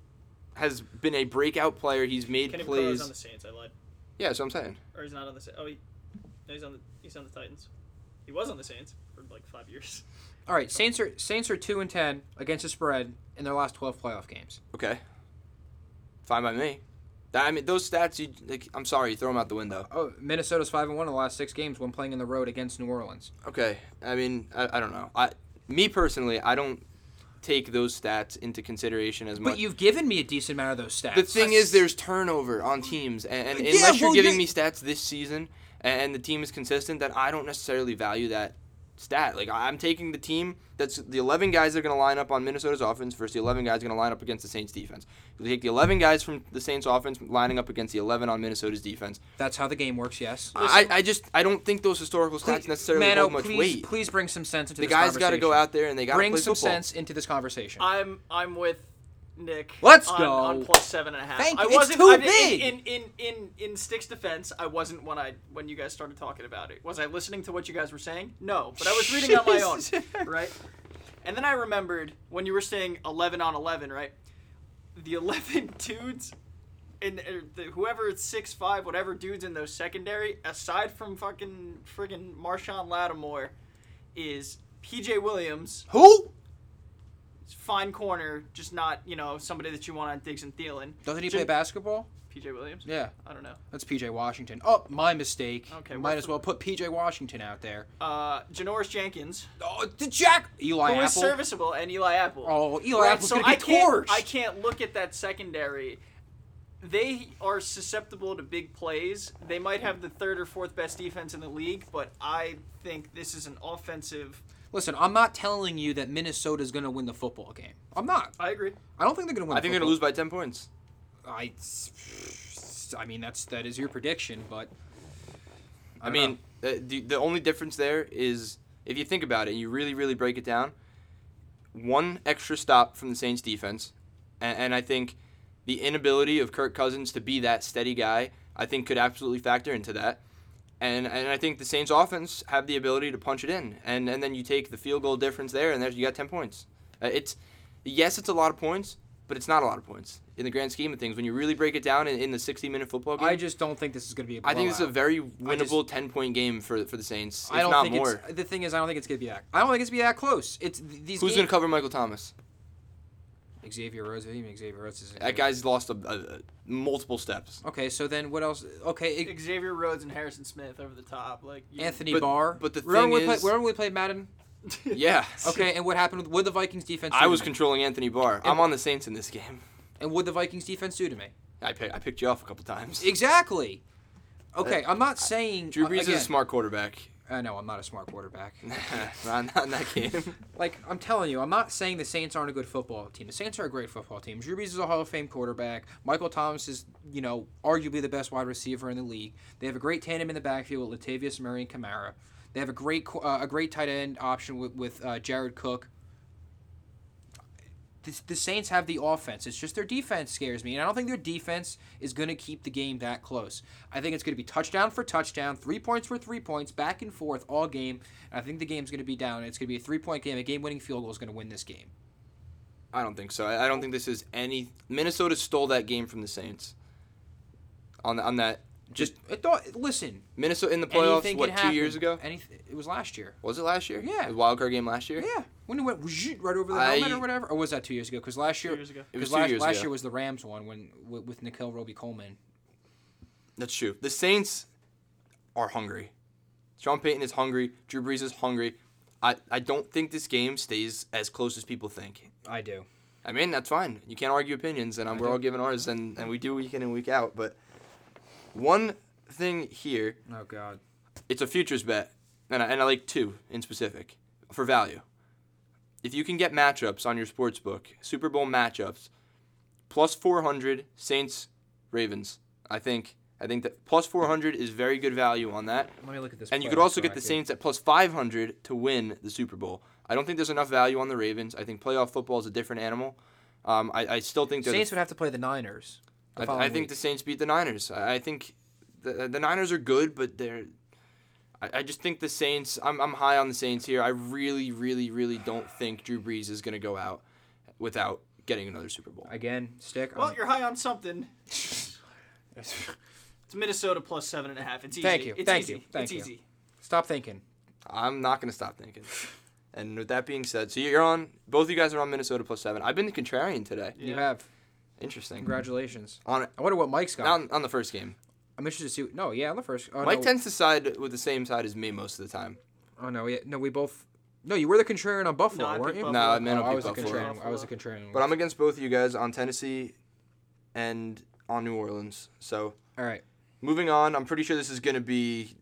C: has been a breakout player. He's made
E: Kenny Vaccaro is
C: plays.
E: on the Saints. I lied.
C: yeah, that's what I'm saying.
E: Or he's not on the Saints. Oh, he, no, he's on the he's on the Titans. He was on the Saints for like five years.
D: All right, Saints are Saints are two and ten against the spread in their last twelve playoff games.
C: Okay. Fine by me. That, I mean, those stats. You, like, I'm sorry, you throw them out the window.
D: Oh, Minnesota's five and one in the last six games when playing in the road against New Orleans.
C: Okay. I mean, I, I don't know. I, me personally, I don't take those stats into consideration as much.
D: But you've given me a decent amount of those stats.
C: the thing is, there's turnover on teams, and, and
D: Yeah,
C: unless you're
D: well,
C: giving
D: yeah.
C: me stats this season, and, and the team is consistent, that I don't necessarily value that stat. Like I- I'm taking the team that's the 11 guys that are going to line up on Minnesota's offense versus the 11 guys going to line up against the Saints defense. You take the 11 guys from the Saints offense lining up against the 11 on Minnesota's defense.
D: that's how the game works. Yes.
C: I, I just I don't think those historical stats
D: Please-
C: necessarily
D: Mano,
C: hold much
D: please,
C: weight.
D: Please bring some sense into
C: the
D: this
C: guys got to go
D: conversation.
C: out there and they got to
D: Bring
C: play
D: some
C: football.
D: sense into this conversation.
E: I'm I'm with Nick.
D: Let's
E: on,
D: go.
E: on plus seven and a half.
D: Thank
E: I
D: you. It's
E: wasn't,
D: too
E: I,
D: big.
E: In in, in in in Stick's defense, I wasn't when I when you guys started talking about it. Was I listening to what you guys were saying? No, but I was reading on my own, right? And then I remembered when you were saying eleven on eleven, right? The eleven dudes. And er, the, whoever it's six five, whatever dudes in those secondary, aside from fucking friggin' Marshawn Lattimore, is PJ Williams,
D: Who?
E: fine corner, just not you know somebody that you want on Diggs and Thielen.
D: Doesn't he
E: Jim-
D: play basketball?
E: PJ Williams.
D: Yeah.
E: I don't know.
D: That's PJ Washington. Oh, my mistake.
E: Okay,
D: Okay, might
E: what's
D: as
E: the-
D: well put PJ Washington out there.
E: Uh, Janoris Jenkins,
D: Oh, the Jack Eli
E: who
D: Apple.
E: is serviceable, and Eli Apple.
D: Oh, Eli
E: Right,
D: Apple's
E: so
D: gonna
E: I
D: get
E: can't,
D: torched.
E: I can't look at that secondary. They are susceptible to big plays. They might have the third or fourth best defense in the league, but I think this is an offensive.
D: Listen, I'm not telling you that Minnesota's going to win the football game. I'm not.
E: I agree.
D: I don't think they're going to win.
C: I think they're going to lose by 10 points.
D: I, I mean, that's that is your prediction, but
C: I mean, uh, the, the only difference there is if you think about it, you really, really break it down. One extra stop from the Saints defense, and, and I think the inability of Kirk Cousins to be that steady guy, I think, could absolutely factor into that. And, and I think the Saints offense have the ability to punch it in, and and then you take the field goal difference there, and there you got ten points. Uh, it's yes, it's a lot of points, but it's not a lot of points in the grand scheme of things. When you really break it down in, in the sixty minute football game,
D: I just don't think this is going to be. A
C: I think it's a
D: blowout.
C: very winnable ten point game for for the Saints. If
D: I don't
C: not
D: think
C: more.
D: It's, the thing is, I don't think it's going to be that. I don't think it's going to be that close. It's th- these.
C: Who's
D: games,
C: gonna cover Michael Thomas?
D: Xavier Rhodes? I mean, Xavier Rhodes is.
C: That guy's lost a, a, a- multiple steps.
D: Okay, so then what else? Okay, it-
E: Xavier Rhodes and Harrison Smith over the top, like you-
D: Anthony
C: But-
D: Barr.
C: but the
D: remember
C: thing
D: when we
C: is-
D: played, remember when we played Madden.
C: Yeah.
D: Okay, and what happened? With, would the Vikings defense?
C: I
D: do
C: was
D: to me?
C: controlling Anthony Barr. I'm on the Saints in this game.
D: and would the Vikings defense do to me?
C: I pick, I picked you off a couple times.
D: Exactly. Okay, I'm not saying uh,
C: Drew Brees
D: again,
C: is a smart quarterback.
D: I know I'm not a smart quarterback.
C: not, not in that game.
D: like I'm telling you, I'm not saying the Saints aren't a good football team. The Saints are a great football team. Drew Brees is a Hall of Fame quarterback. Michael Thomas is, you know, arguably the best wide receiver in the league. They have a great tandem in the backfield with Latavius Murray and Kamara. They have a great qu- uh, a great tight end option with, with uh, Jared Cook. The, the Saints have the offense. It's just their defense scares me, and I don't think their defense is going to keep the game that close. I think it's going to be touchdown for touchdown, three points for three points, back and forth all game. And I think the game's going to be down. It's going to be a three point game. A game winning field goal is going to win this game.
C: I don't think so. I, I don't think this is any. Minnesota stole that game from the Saints. On the, on that
D: Just I thought. Listen,
C: Minnesota in the playoffs.
D: anything
C: what
D: can
C: two years
D: happen.
C: ago?
D: Anything. It was last year.
C: Was it last year?
D: Yeah.
C: The wild card game last year.
D: Yeah, when it went whoosh, right over the
C: I-
D: helmet or whatever, or was that two years ago? Because last year,
E: years ago.
C: It was
D: because
C: two
D: last,
C: years
D: last
C: ago.
D: year was the Rams one when with, with Nickel Roby Coleman.
C: That's true. The Saints are hungry. Sean Payton is hungry. Drew Brees is hungry. I, I don't think this game stays as close as people think.
D: I do.
C: I mean, that's fine. You can't argue opinions, and um, we're all giving ours, and, and we do week in and week out. But one thing here,
D: Oh God.
C: it's a futures bet, and I, and I like two in specific for value. If you can get matchups on your sports book, Super Bowl matchups, plus 400 Saints Ravens. I think I think that plus 400 is very good value on that.
D: Let me look at this.
C: And you could
D: playoff
C: also get the
D: bracket.
C: Saints at plus 500 to win the Super Bowl. I don't think there's enough value on the Ravens. I think playoff football is a different animal. Um, I, I still think they're the
D: Saints would have to play the Niners. the
C: I, I
D: following
C: think
D: week.
C: the Saints beat the Niners. I, I think the, the Niners are good, but they're. I, I just think the Saints. I'm, I'm high on the Saints here. I really, really, really don't think Drew Brees is going to go out without getting another Super Bowl.
D: again stick.
E: Well,
D: I'm-
E: you're high on something. It's Minnesota plus seven and a half. It's easy.
D: Thank you,
E: It's
D: thank
E: easy.
D: you, thank
E: it's
D: you.
E: easy.
D: Stop thinking.
C: I'm not going to stop thinking. And with that being said, so you're on. Both of you guys are on Minnesota plus seven. I've been the contrarian today.
D: You
E: Yeah.
D: have
C: Interesting.
D: congratulations.
C: On
D: I wonder what Mike's got.
C: on, on the first game,
D: I'm interested to see. What, no, yeah, on the first. Oh,
C: Mike
D: no,
C: tends to side with the same side as me most of the time.
D: Oh no, yeah, no, we both. No, you were the contrarian on Buffalo,
E: No, I
D: weren't
E: picked
D: you?
E: Buffalo. No, I
C: meant
D: oh,
C: I
D: I
C: picked
D: was a
C: Buffalo.
D: contrarian. I was a contrarian.
C: But I'm against both of you guys on Tennessee and on New Orleans. So
D: all right.
C: moving on, I'm pretty sure this is going to be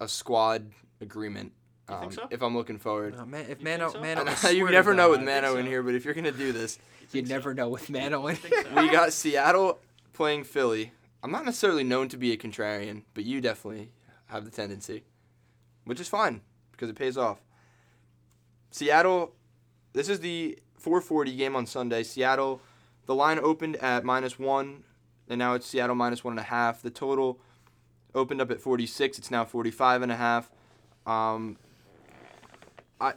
C: a squad agreement. Um,
E: think so?
C: If I'm looking forward.
D: Oh, man, if
E: You
D: Mano,
E: think so?
D: Mano, I
C: And you
D: swear to
C: never know
D: God,
C: with Mano
E: so.
C: in here, but if you're going to do this,
D: You never know with Mano in
E: think so.
C: we got Seattle playing Philly. I'm not necessarily known to be a contrarian, but you definitely have the tendency, which is fine because it pays off. Seattle, this is the 440 game on Sunday. Seattle, the line opened at minus one, and now it's Seattle minus one and a half. The total opened up at 46. It's now 45 and a half. Um, I,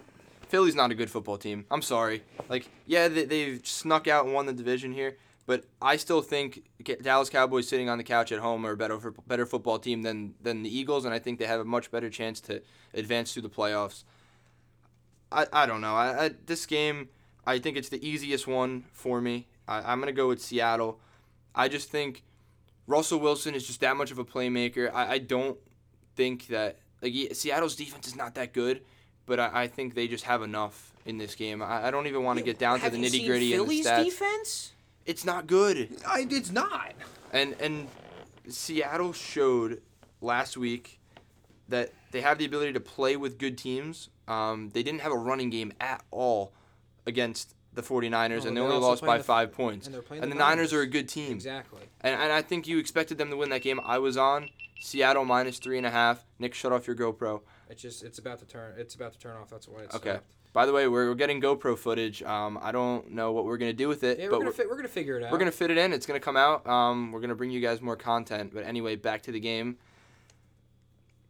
C: Philly's not a good football team. I'm sorry. Like, yeah, they, they've snuck out and won the division here, but I still think Ca- Dallas Cowboys sitting on the couch at home are a better fo- better football team than than the Eagles, and I think they have a much better chance to advance through the playoffs. I, I don't know. I, I this game, I think it's the easiest one for me. I, I'm gonna go with Seattle. I just think Russell Wilson is just that much of a playmaker. I, I don't think that like yeah, Seattle's defense is not that good, but I, I think they just have enough in this game. I, I don't even want to get down to the nitty gritty and the
D: Philly's
C: stats.
D: defense?
C: It's not good.
D: I, it's not.
C: And and Seattle showed last week that they have the ability to play with good teams. Um, they didn't have a running game at all against the 49ers,
D: No,
C: and
D: they're
C: they only
D: also
C: lost
D: playing
C: by
D: the-
C: five points.
D: and
C: And,
D: they're playing
C: the
D: the
C: Niners
D: Niners.
C: are a good team.
D: Exactly.
C: And, and I think you expected them to win that game. I was on Seattle minus three and a half. Nick, shut off your GoPro.
D: It's just it's about to turn. It's about to turn off. That's why it's
C: Okay. By the way, we're, we're getting GoPro footage. Um, I don't know what we're gonna do with it,
D: Yeah, we're
C: but
D: gonna
C: we're,
D: fi- we're gonna figure it out.
C: we're gonna fit it in. It's gonna come out. Um, we're gonna bring you guys more content. But anyway, back to the game.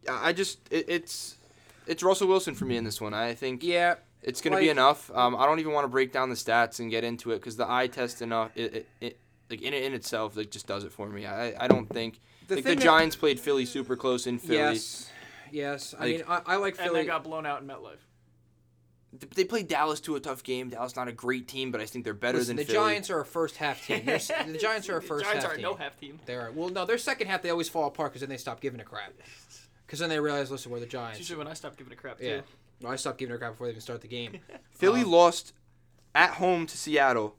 C: I I just it, it's it's Russell Wilson for me in this one. I think
D: Yeah.
C: it's gonna be
D: like-
C: enough. Um, I don't even want to break down the stats and get into it because the eye test enough it, it, it like in in itself like just does it for me. I I don't think
D: The
C: like the
D: thing that-
C: Giants played Philly super close in Philly.
D: Yes. Yes. I
C: Like-
D: mean, I, I like
E: And they
D: Philly.
E: got blown out in MetLife.
C: Th- They played Dallas to a tough game. Dallas not a great team, but I think they're better
D: Listen,
C: than
D: the
C: Philly.
D: Giants are a first half team. They're s- the Giants are a
E: The
D: first
E: Giants
D: half
E: are
D: team.
E: no half team.
D: They are. Well, no, their second half they always fall apart because then they stop giving a crap. Because then they realize, listen, we're the
E: It's
D: Giants.
E: usually when I stop giving a crap too.
D: Yeah. No, I stopped giving a crap before they even start the game.
C: Philly
D: um,
C: lost at home to Seattle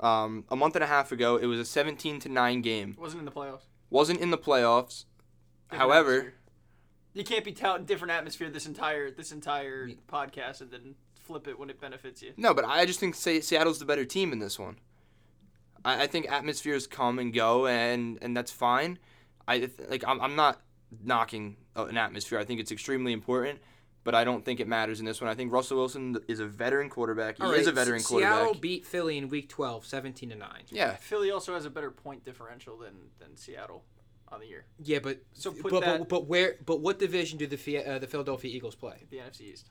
C: um, a month and a half ago. It was a 17 to nine game.
E: It wasn't in the playoffs.
C: Wasn't in the playoffs. However,
E: atmosphere. You can't be touting different atmosphere this entire this entire podcast and then flip it when it benefits you.
C: no, but I just think Se- Seattle's the better team in this one. I, I think atmospheres come and go, and and that's fine. I th- like I'm, I'm not knocking uh, an atmosphere. I think it's extremely important. But I don't think it matters in this one. I think Russell Wilson is a veteran quarterback. He
D: All
C: is a
D: right,
C: veteran
D: Se-
C: quarterback.
D: Seattle beat Philly in Week 12, 17 to nine.
C: yeah,
E: Philly also has a better point differential than than Seattle on the year.
D: Yeah, but
E: So put
D: but,
E: that-
D: but but where but what division do the Fia- uh, the Philadelphia Eagles play?
E: The NFC East.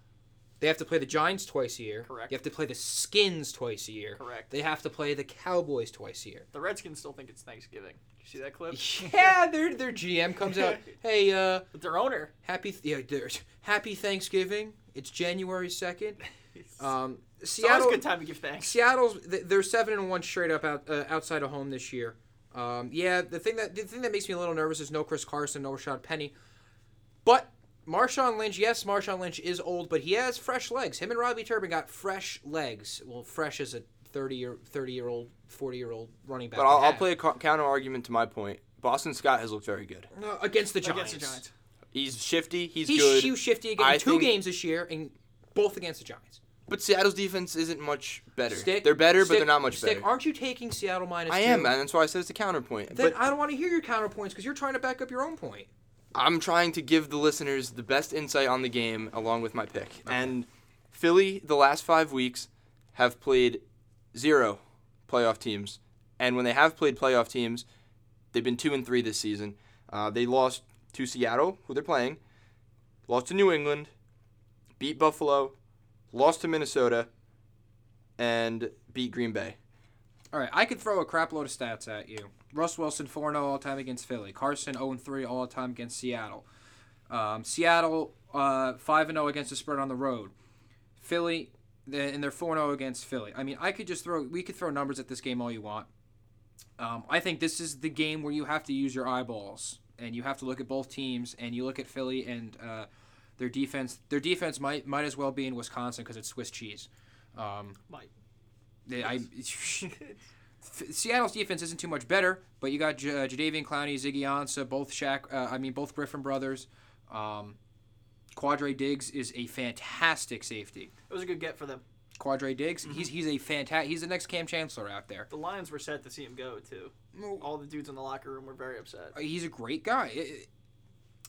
D: They have to play the Giants twice a year.
E: Correct.
D: You have to play the Skins twice a year.
E: Correct.
D: They have to play the Cowboys twice a year.
E: The Redskins still think it's Thanksgiving. You see that clip?
D: Yeah, their their GM comes out. Hey, uh,
E: But their owner.
D: happy th- yeah, there's- happy Thanksgiving. It's January second. Um,
E: It's always
D: Seattle.
E: a good time to give thanks.
D: Seattle's th- they're seven and one straight up out uh, outside of home this year. Um, yeah, the thing that the thing that makes me a little nervous is no Chris Carson, no Rashad Penny, but Marshawn Lynch. Yes, Marshawn Lynch is old, but he has fresh legs. Him and Robbie Turbin got fresh legs. Well, fresh as a thirty year thirty year old forty year old running back.
C: But I'll,
D: would
C: I'll
D: have.
C: play a co- counter argument to my point. Boston Scott has looked very good.
D: No, Uh, against the Giants.
E: Against the Giants.
C: He's shifty. He's,
D: He's
C: good.
D: Hugh Shifty again.
C: I
D: two
C: think-
D: games this year, and both against the Giants.
C: But Seattle's defense isn't much better.
D: Stick,
C: they're better, but
D: Stick-
C: they're not much
D: Stick,
C: better.
D: Aren't you taking Seattle minus?
C: I
D: two?
C: am, and that's why I said it's a counterpoint.
D: Then
C: But
D: I don't want to hear your counterpoints because you're trying to back up your own point.
C: I'm trying to give the listeners the best insight on the game along with my pick. And Philly, the last five weeks, have played zero playoff teams. And when they have played playoff teams, they've been two and three this season. Uh, they lost to Seattle, who they're playing, lost to New England, beat Buffalo, lost to Minnesota, and beat Green Bay.
D: All right, I could throw a crap load of stats at you. Russ Wilson 4 0 all time against Philly. Carson 0 3 all time against Seattle. Um, Seattle uh, 5 0 against the spread on the road. Philly, th- and they're 4 0 against Philly. I mean, I could just throw, we could throw numbers at this game all you want. Um, I think this is the game where you have to use your eyeballs and you have to look at both teams and you look at Philly and uh, their defense. Their defense might, might as well be in Wisconsin because it's Swiss cheese. Um,
E: Mike.
D: they, I, Seattle's defense isn't too much better, but you got J- uh, Jadavian Clowney, Ziggy Ansah, both Shaq. Uh, I mean, both Griffin brothers. Um, Quadre Diggs is a fantastic safety.
E: It was a good get for them.
D: Quadre Diggs, he's he's a fantastic. He's the next Cam Chancellor out there.
E: The Lions were sad to see him go too. All the dudes in the locker room were very upset.
D: He's a great guy. It, it-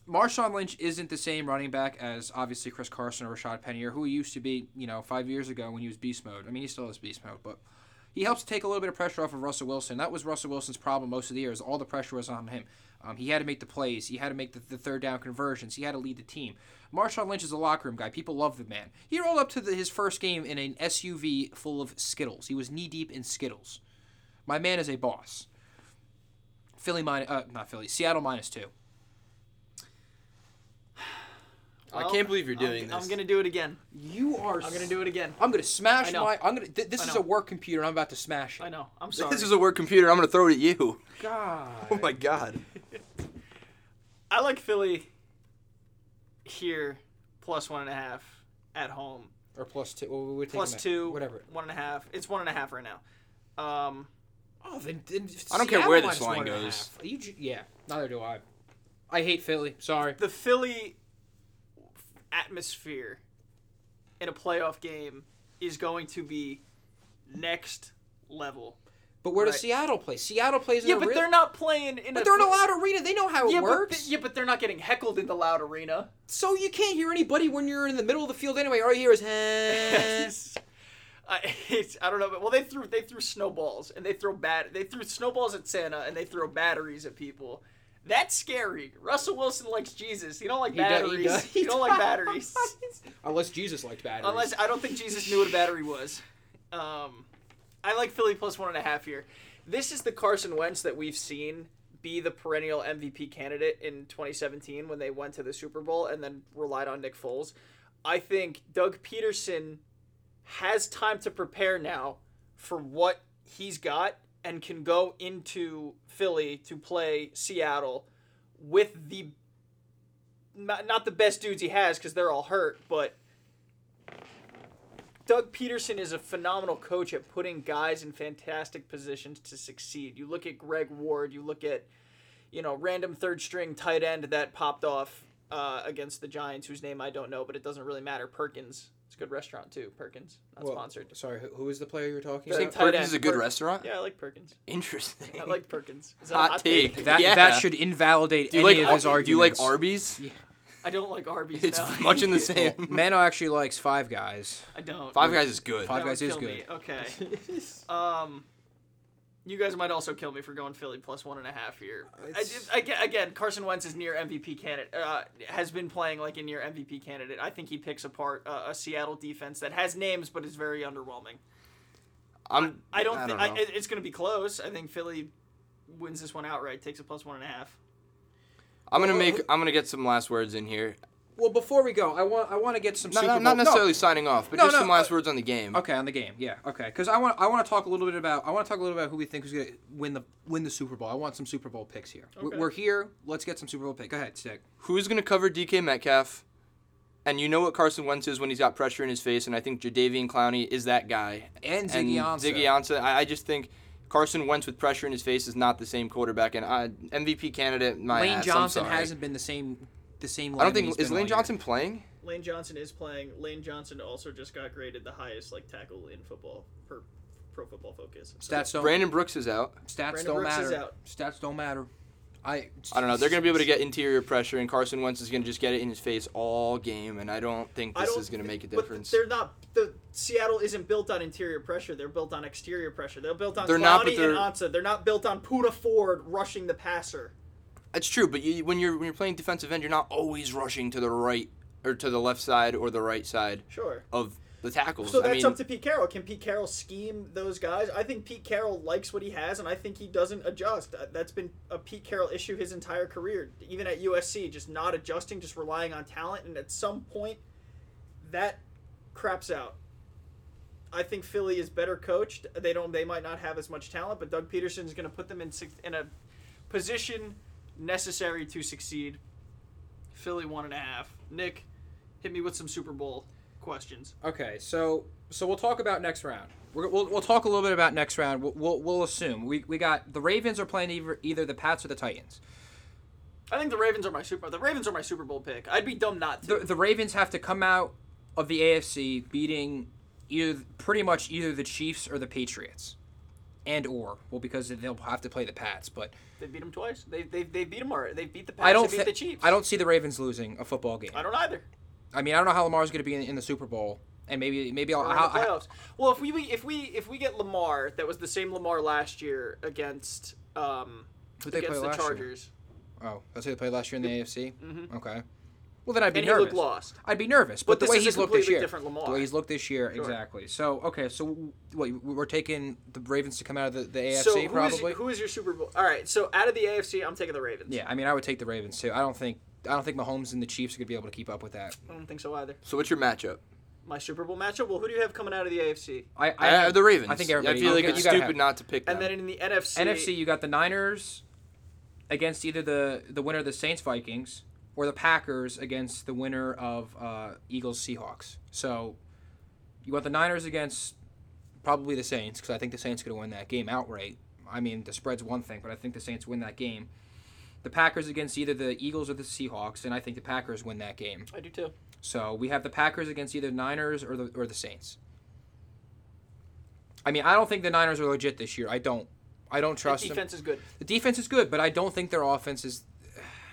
D: Marshawn Lynch isn't the same running back as obviously Chris Carson or Rashad Penny or who he used to be, you know, five years ago when he was beast mode. I mean, he still is beast mode, but he helps take a little bit of pressure off of Russell Wilson. That was Russell Wilson's problem most of the year. Is all the pressure was on him. Um, he had to make the plays. He had to make the, the third down conversions. He had to lead the team. Marshawn Lynch is a locker room guy. People love the man. He rolled up to the, his first game in an SUV full of Skittles. He was knee deep in Skittles. My man is a boss. Philly minus, uh, not Philly, Seattle minus two.
C: I
E: Well,
C: can't believe you're
E: I'm-
C: doing this.
E: I'm gonna do it again.
D: You are.
E: I'm gonna do it again.
D: I'm gonna
E: I
D: smash
E: know.
D: my. I'm gonna. Th- this
E: I
D: is
E: know.
D: a work computer. and I'm about to smash it.
E: I know. I'm sorry.
C: This is a word computer. I'm going to throw it at you.
D: God.
C: Oh my God.
E: I like Philly here plus one and a half at home.
D: Or plus two. Well, we're taking
E: Plus
D: that.
E: two.
D: Whatever.
E: One and a half. It's one and a half right now. Um,
D: Oh, then, then
C: I don't care
D: Seattle
C: where
D: minus
C: this line
D: one and a
C: goes.
D: half. You ju- yeah. Neither do I. I hate Philly. Sorry.
E: the Philly atmosphere in a playoff game is going to be next level.
D: But where
E: Right.
D: does Seattle play? Seattle plays. In
E: Yeah,
D: a
E: but
D: real-
E: they're not playing in.
D: But
E: a
D: they're in a loud arena. They know how
E: Yeah,
D: it works.
E: But, yeah, but they're not getting heckled in the loud arena.
D: So you can't hear anybody when you're in the middle of the field anyway. All you hear is. "Eh."
E: I, it's, I don't know, but well, they threw they threw snowballs and they throw bat they threw snowballs at Santa and they throw batteries at people. That's scary. Russell Wilson likes Jesus. He don't like
D: do- he
E: batteries. He,
D: does- he
E: don't like batteries.
D: Unless Jesus liked batteries.
E: Unless I don't think Jesus knew what a battery was. Um, I like Philly plus one and a half here. This is the Carson Wentz that we've seen be the perennial MVP candidate in 2017 when they went to the Super Bowl and then relied on Nick Foles. I think Doug Peterson has time to prepare now for what he's got and can go into Philly to play Seattle with the not, not the best dudes he has because they're all hurt, but Doug Peterson is a phenomenal coach at putting guys in fantastic positions to succeed. You look at Greg Ward, you look at, you know, random third string tight end that popped off uh, against the Giants, whose name I don't know, but it doesn't really matter. Perkins. It's a good restaurant, too. Perkins. Not
D: Well, uh,
E: sponsored.
D: Sorry, who, who was the player you were talking
E: Same
D: about?
E: tight end.
C: Perkins is a good
E: Perk-
C: restaurant.
E: Yeah, I like Perkins.
C: Interesting.
E: I like Perkins. Is that a
C: Hot take.
D: That,
C: Yeah.
D: that should invalidate
C: Do you
D: any
C: like
D: of his
C: Ar-
D: arguments.
C: do you like Arby's?
E: I don't like Arby's.
C: It's
E: no.
C: much in the same.
D: Mano actually likes Five Guys.
E: I don't.
C: Five Guys is good.
D: Five
E: That would
D: Guys is
E: kill me.
D: good.
E: Okay. um, You guys might also kill me for going Philly plus one and a half here.
C: Uh,
E: I,
D: It's-
E: I, aga- again, Carson Wentz is near MVP candidate. Uh, has been playing like a near MVP candidate. I think he picks apart uh, a Seattle defense that has names but is very underwhelming.
C: I'm.
E: I don't.
C: Um, I
E: think
C: don't
E: I,
C: know.
E: it- it's going to be close. I think Philly wins this one outright. Takes a plus one and a half.
C: I'm gonna make. I'm gonna get some last words in here.
D: Well, before we go, I want I want to get some
C: Not,
D: Super
C: not,
D: Bowl-
C: not necessarily
D: No.
C: signing off, but
D: No,
C: just
D: no,
C: some last
D: uh,
C: words on the game.
D: Okay, on the game, yeah, okay. Because I want I want to talk a little bit about I want to talk a little about who we think is gonna win the win the Super Bowl. I want some Super Bowl picks here. We-
E: Okay.
D: We're here. Let's get some Super Bowl pick. Go ahead, stick.
C: Who's gonna cover DK Metcalf? And you know what Carson Wentz is when he's got pressure in his face, and I think Jadavian Clowney is that guy.
D: And Ziggy Ansah.
C: Ziggy Ansah. I, I just think Carson Wentz with pressure in his face is not the same quarterback. And I, MVP candidate, my
D: Lane
C: ass, I'm
D: Johnson
C: sorry.
D: hasn't been the same the same.
C: I don't think is Lane Johnson playing.
E: Lane Johnson is playing. Lane Johnson also just got graded the highest like tackle in football per Pro Football Focus. So-
D: Stats don't
C: Brandon Brooks is out.
D: stats
E: Brandon
D: don't
E: Brooks is
D: matter.
E: out.
D: Stats don't matter. I
C: I don't know. They're going to be able to get interior pressure, and Carson Wentz is going to just get it in his face all game, and I don't think
E: I
C: this
E: don't
C: is going to
E: think-
C: make a
E: but
C: difference.
E: They're not. The Seattle isn't built on interior pressure. They're built on exterior pressure. They're built on
C: They're
E: they're
C: not, but
E: and Ansa. They're not built on Puna Ford rushing the passer.
C: It's true, but you, when you're when you're playing defensive end, you're not always rushing to the right or to the left side or the right side
E: Sure.
C: of the tackles.
E: So
C: I
E: that's
C: mean,
E: up to Pete Carroll. Can Pete Carroll scheme those guys? I think Pete Carroll likes what he has, and I think he doesn't adjust. Uh, That's been a Pete Carroll issue his entire career, even at USC, just not adjusting, just relying on talent. And at some point, that craps out. I think Philly is better coached. They don't. They might not have as much talent, but Doug Peterson is going to put them in six, in a position necessary to succeed. Philly one and a half. Nick, hit me with some Super Bowl questions.
D: Okay, so so we'll talk about next round. We're, we'll, we'll talk a little bit about next round. We'll, we'll, we'll assume we, we got the Ravens are playing either, either the Pats or the Titans.
E: I think the Ravens are my super. The Ravens are my Super Bowl pick. I'd be dumb not to.
D: The, the Ravens have to come out of the AFC beating either pretty much either the Chiefs or the Patriots, and or well because they'll have to play the Pats. But
E: they beat them twice. They they they beat them already. They beat the Pats.
D: I don't
E: they
D: thi-
E: beat the Chiefs.
D: I don't see the Ravens losing a football game.
E: I don't either.
D: I mean I don't know how Lamar's going to be in, in the Super Bowl, and maybe maybe I'll
E: We're in
D: I'll-
E: the playoffs. well, if we if we if we get Lamar, that was the same Lamar last year against um
D: Who'd they play
E: against the
D: last year?
E: Chargers,
D: oh that's who they played last year in the AFC. Mm-hmm. Okay, well then I'd be
E: and he
D: nervous.
E: looked lost.
D: I'd be nervous, but,
E: But
D: the
E: this
D: way
E: is a
D: he's looked this
E: completely
D: year,
E: different Lamar.
D: the way he's looked this year,
E: Sure.
D: exactly. So okay, so w- what you- we're taking the Ravens to come out of the, the AFC
E: so who is-
D: probably.
E: who is your Super Bowl? All right, so out of the AFC, I'm taking the Ravens.
D: yeah, I mean, I would take the Ravens too. I don't think I don't think Mahomes and the Chiefs are gonna be able to keep up with that.
E: I don't think so either.
C: So what's your matchup?
E: My Super Bowl matchup. Well, who do you have coming out of the AFC?
D: I, I,
C: I, have Uh, the Ravens.
D: I think everybody.
C: I feel like
D: you
C: it's
D: gotta
C: stupid
D: have-
C: not to pick them.
E: And then in the NFC,
D: NFC, you got the Niners against either the the winner of the Saints Vikings or the Packers against the winner of uh, Eagles Seahawks. So you want the Niners against probably the Saints because I think the Saints going to win that game outright. I mean, the spread's one thing, but I think the Saints win that game. The Packers against either the Eagles or the Seahawks, and I think the Packers win that game.
E: I do too.
D: So we have the Packers against either Niners or the or the Saints. I mean, I don't think the Niners are legit this year. I don't. I don't
E: The
D: trust them.
E: defense is good.
D: The defense is good, but I don't think their offense is.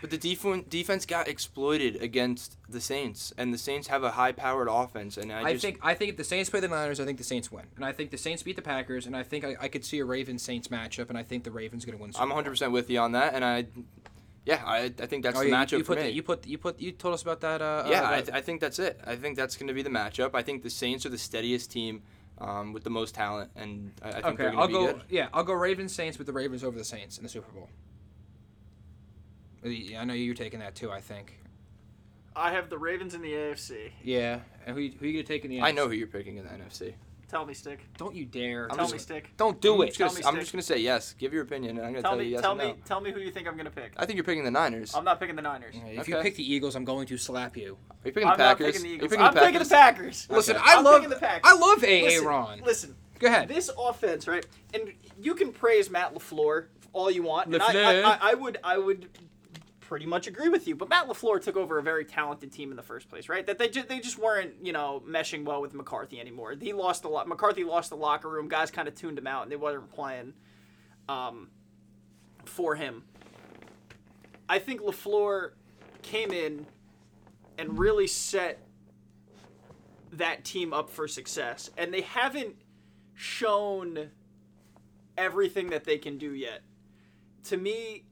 C: but the defense defense got exploited against the Saints, and the Saints have a high powered offense, and I,
D: I,
C: just
D: think I think if the Saints play the Niners, I think the Saints win, and I think the Saints beat the Packers, and I think I, I could see a Ravens Saints matchup, and I think the Ravens going to win. Super
C: I'm 100
D: Bowl.
C: percent with you on that, and I. Yeah, I, I think that's
D: Oh,
C: the
D: yeah, you-
C: matchup
D: you
C: for
D: put
C: me.
D: the- you put you put you told us about that. Uh, uh,
C: Yeah, I,
D: that-
C: th- I think that's it. I think that's going to be the matchup. I think the Saints are the steadiest team um, with the most talent, and I, I think
D: okay,
C: they're going to
D: I'll
C: be
D: go.
C: good.
D: Yeah, I'll go Ravens Saints with the Ravens over the Saints in the Super Bowl. I know you're taking that too. I think.
E: I have the Ravens in the AFC.
D: Yeah, and who, you- who are you going to take in the?
C: I
D: NFC?
C: know who you're picking in the NFC.
E: Tell me, stick.
D: Don't you dare.
E: Tell
D: Don't-
E: me, stick.
D: Don't do
C: I'm
D: it.
C: just gonna,
E: Tell me,
C: s- I'm
E: Stick.
C: just gonna say yes. Give your opinion, and I'm gonna tell,
E: Tell me,
C: you yes
E: tell
C: or no.
E: me, tell me who you think I'm gonna pick.
C: I think you're picking the Niners.
E: I'm not picking the Niners.
D: If you
C: Okay.
D: pick the Eagles, I'm going to slap you.
C: Are you picking
E: I'm
C: the
E: not
C: Packers?
E: picking the
C: Are you
E: Eagles. I'm picking the Packers.
D: Listen,
C: Okay.
D: I
E: I'm
D: love
E: picking the Packers.
D: I love AA
E: Listen,
D: Ron.
E: Listen,
D: Go ahead.
E: this offense, right? And you can praise Matt Lafleur all you want. And I,
D: LaFleur.
E: I, I, I would, I would pretty much agree with you. But Matt Lafleur took over a very talented team in the first place, right? That they ju- they just weren't, you know, meshing well with McCarthy anymore. He lost a lot. McCarthy lost the locker room. Guys kind of tuned him out, and they wasn't playing um, for him. I think Lafleur came in and really set that team up for success, and they haven't shown everything that they can do yet. To me,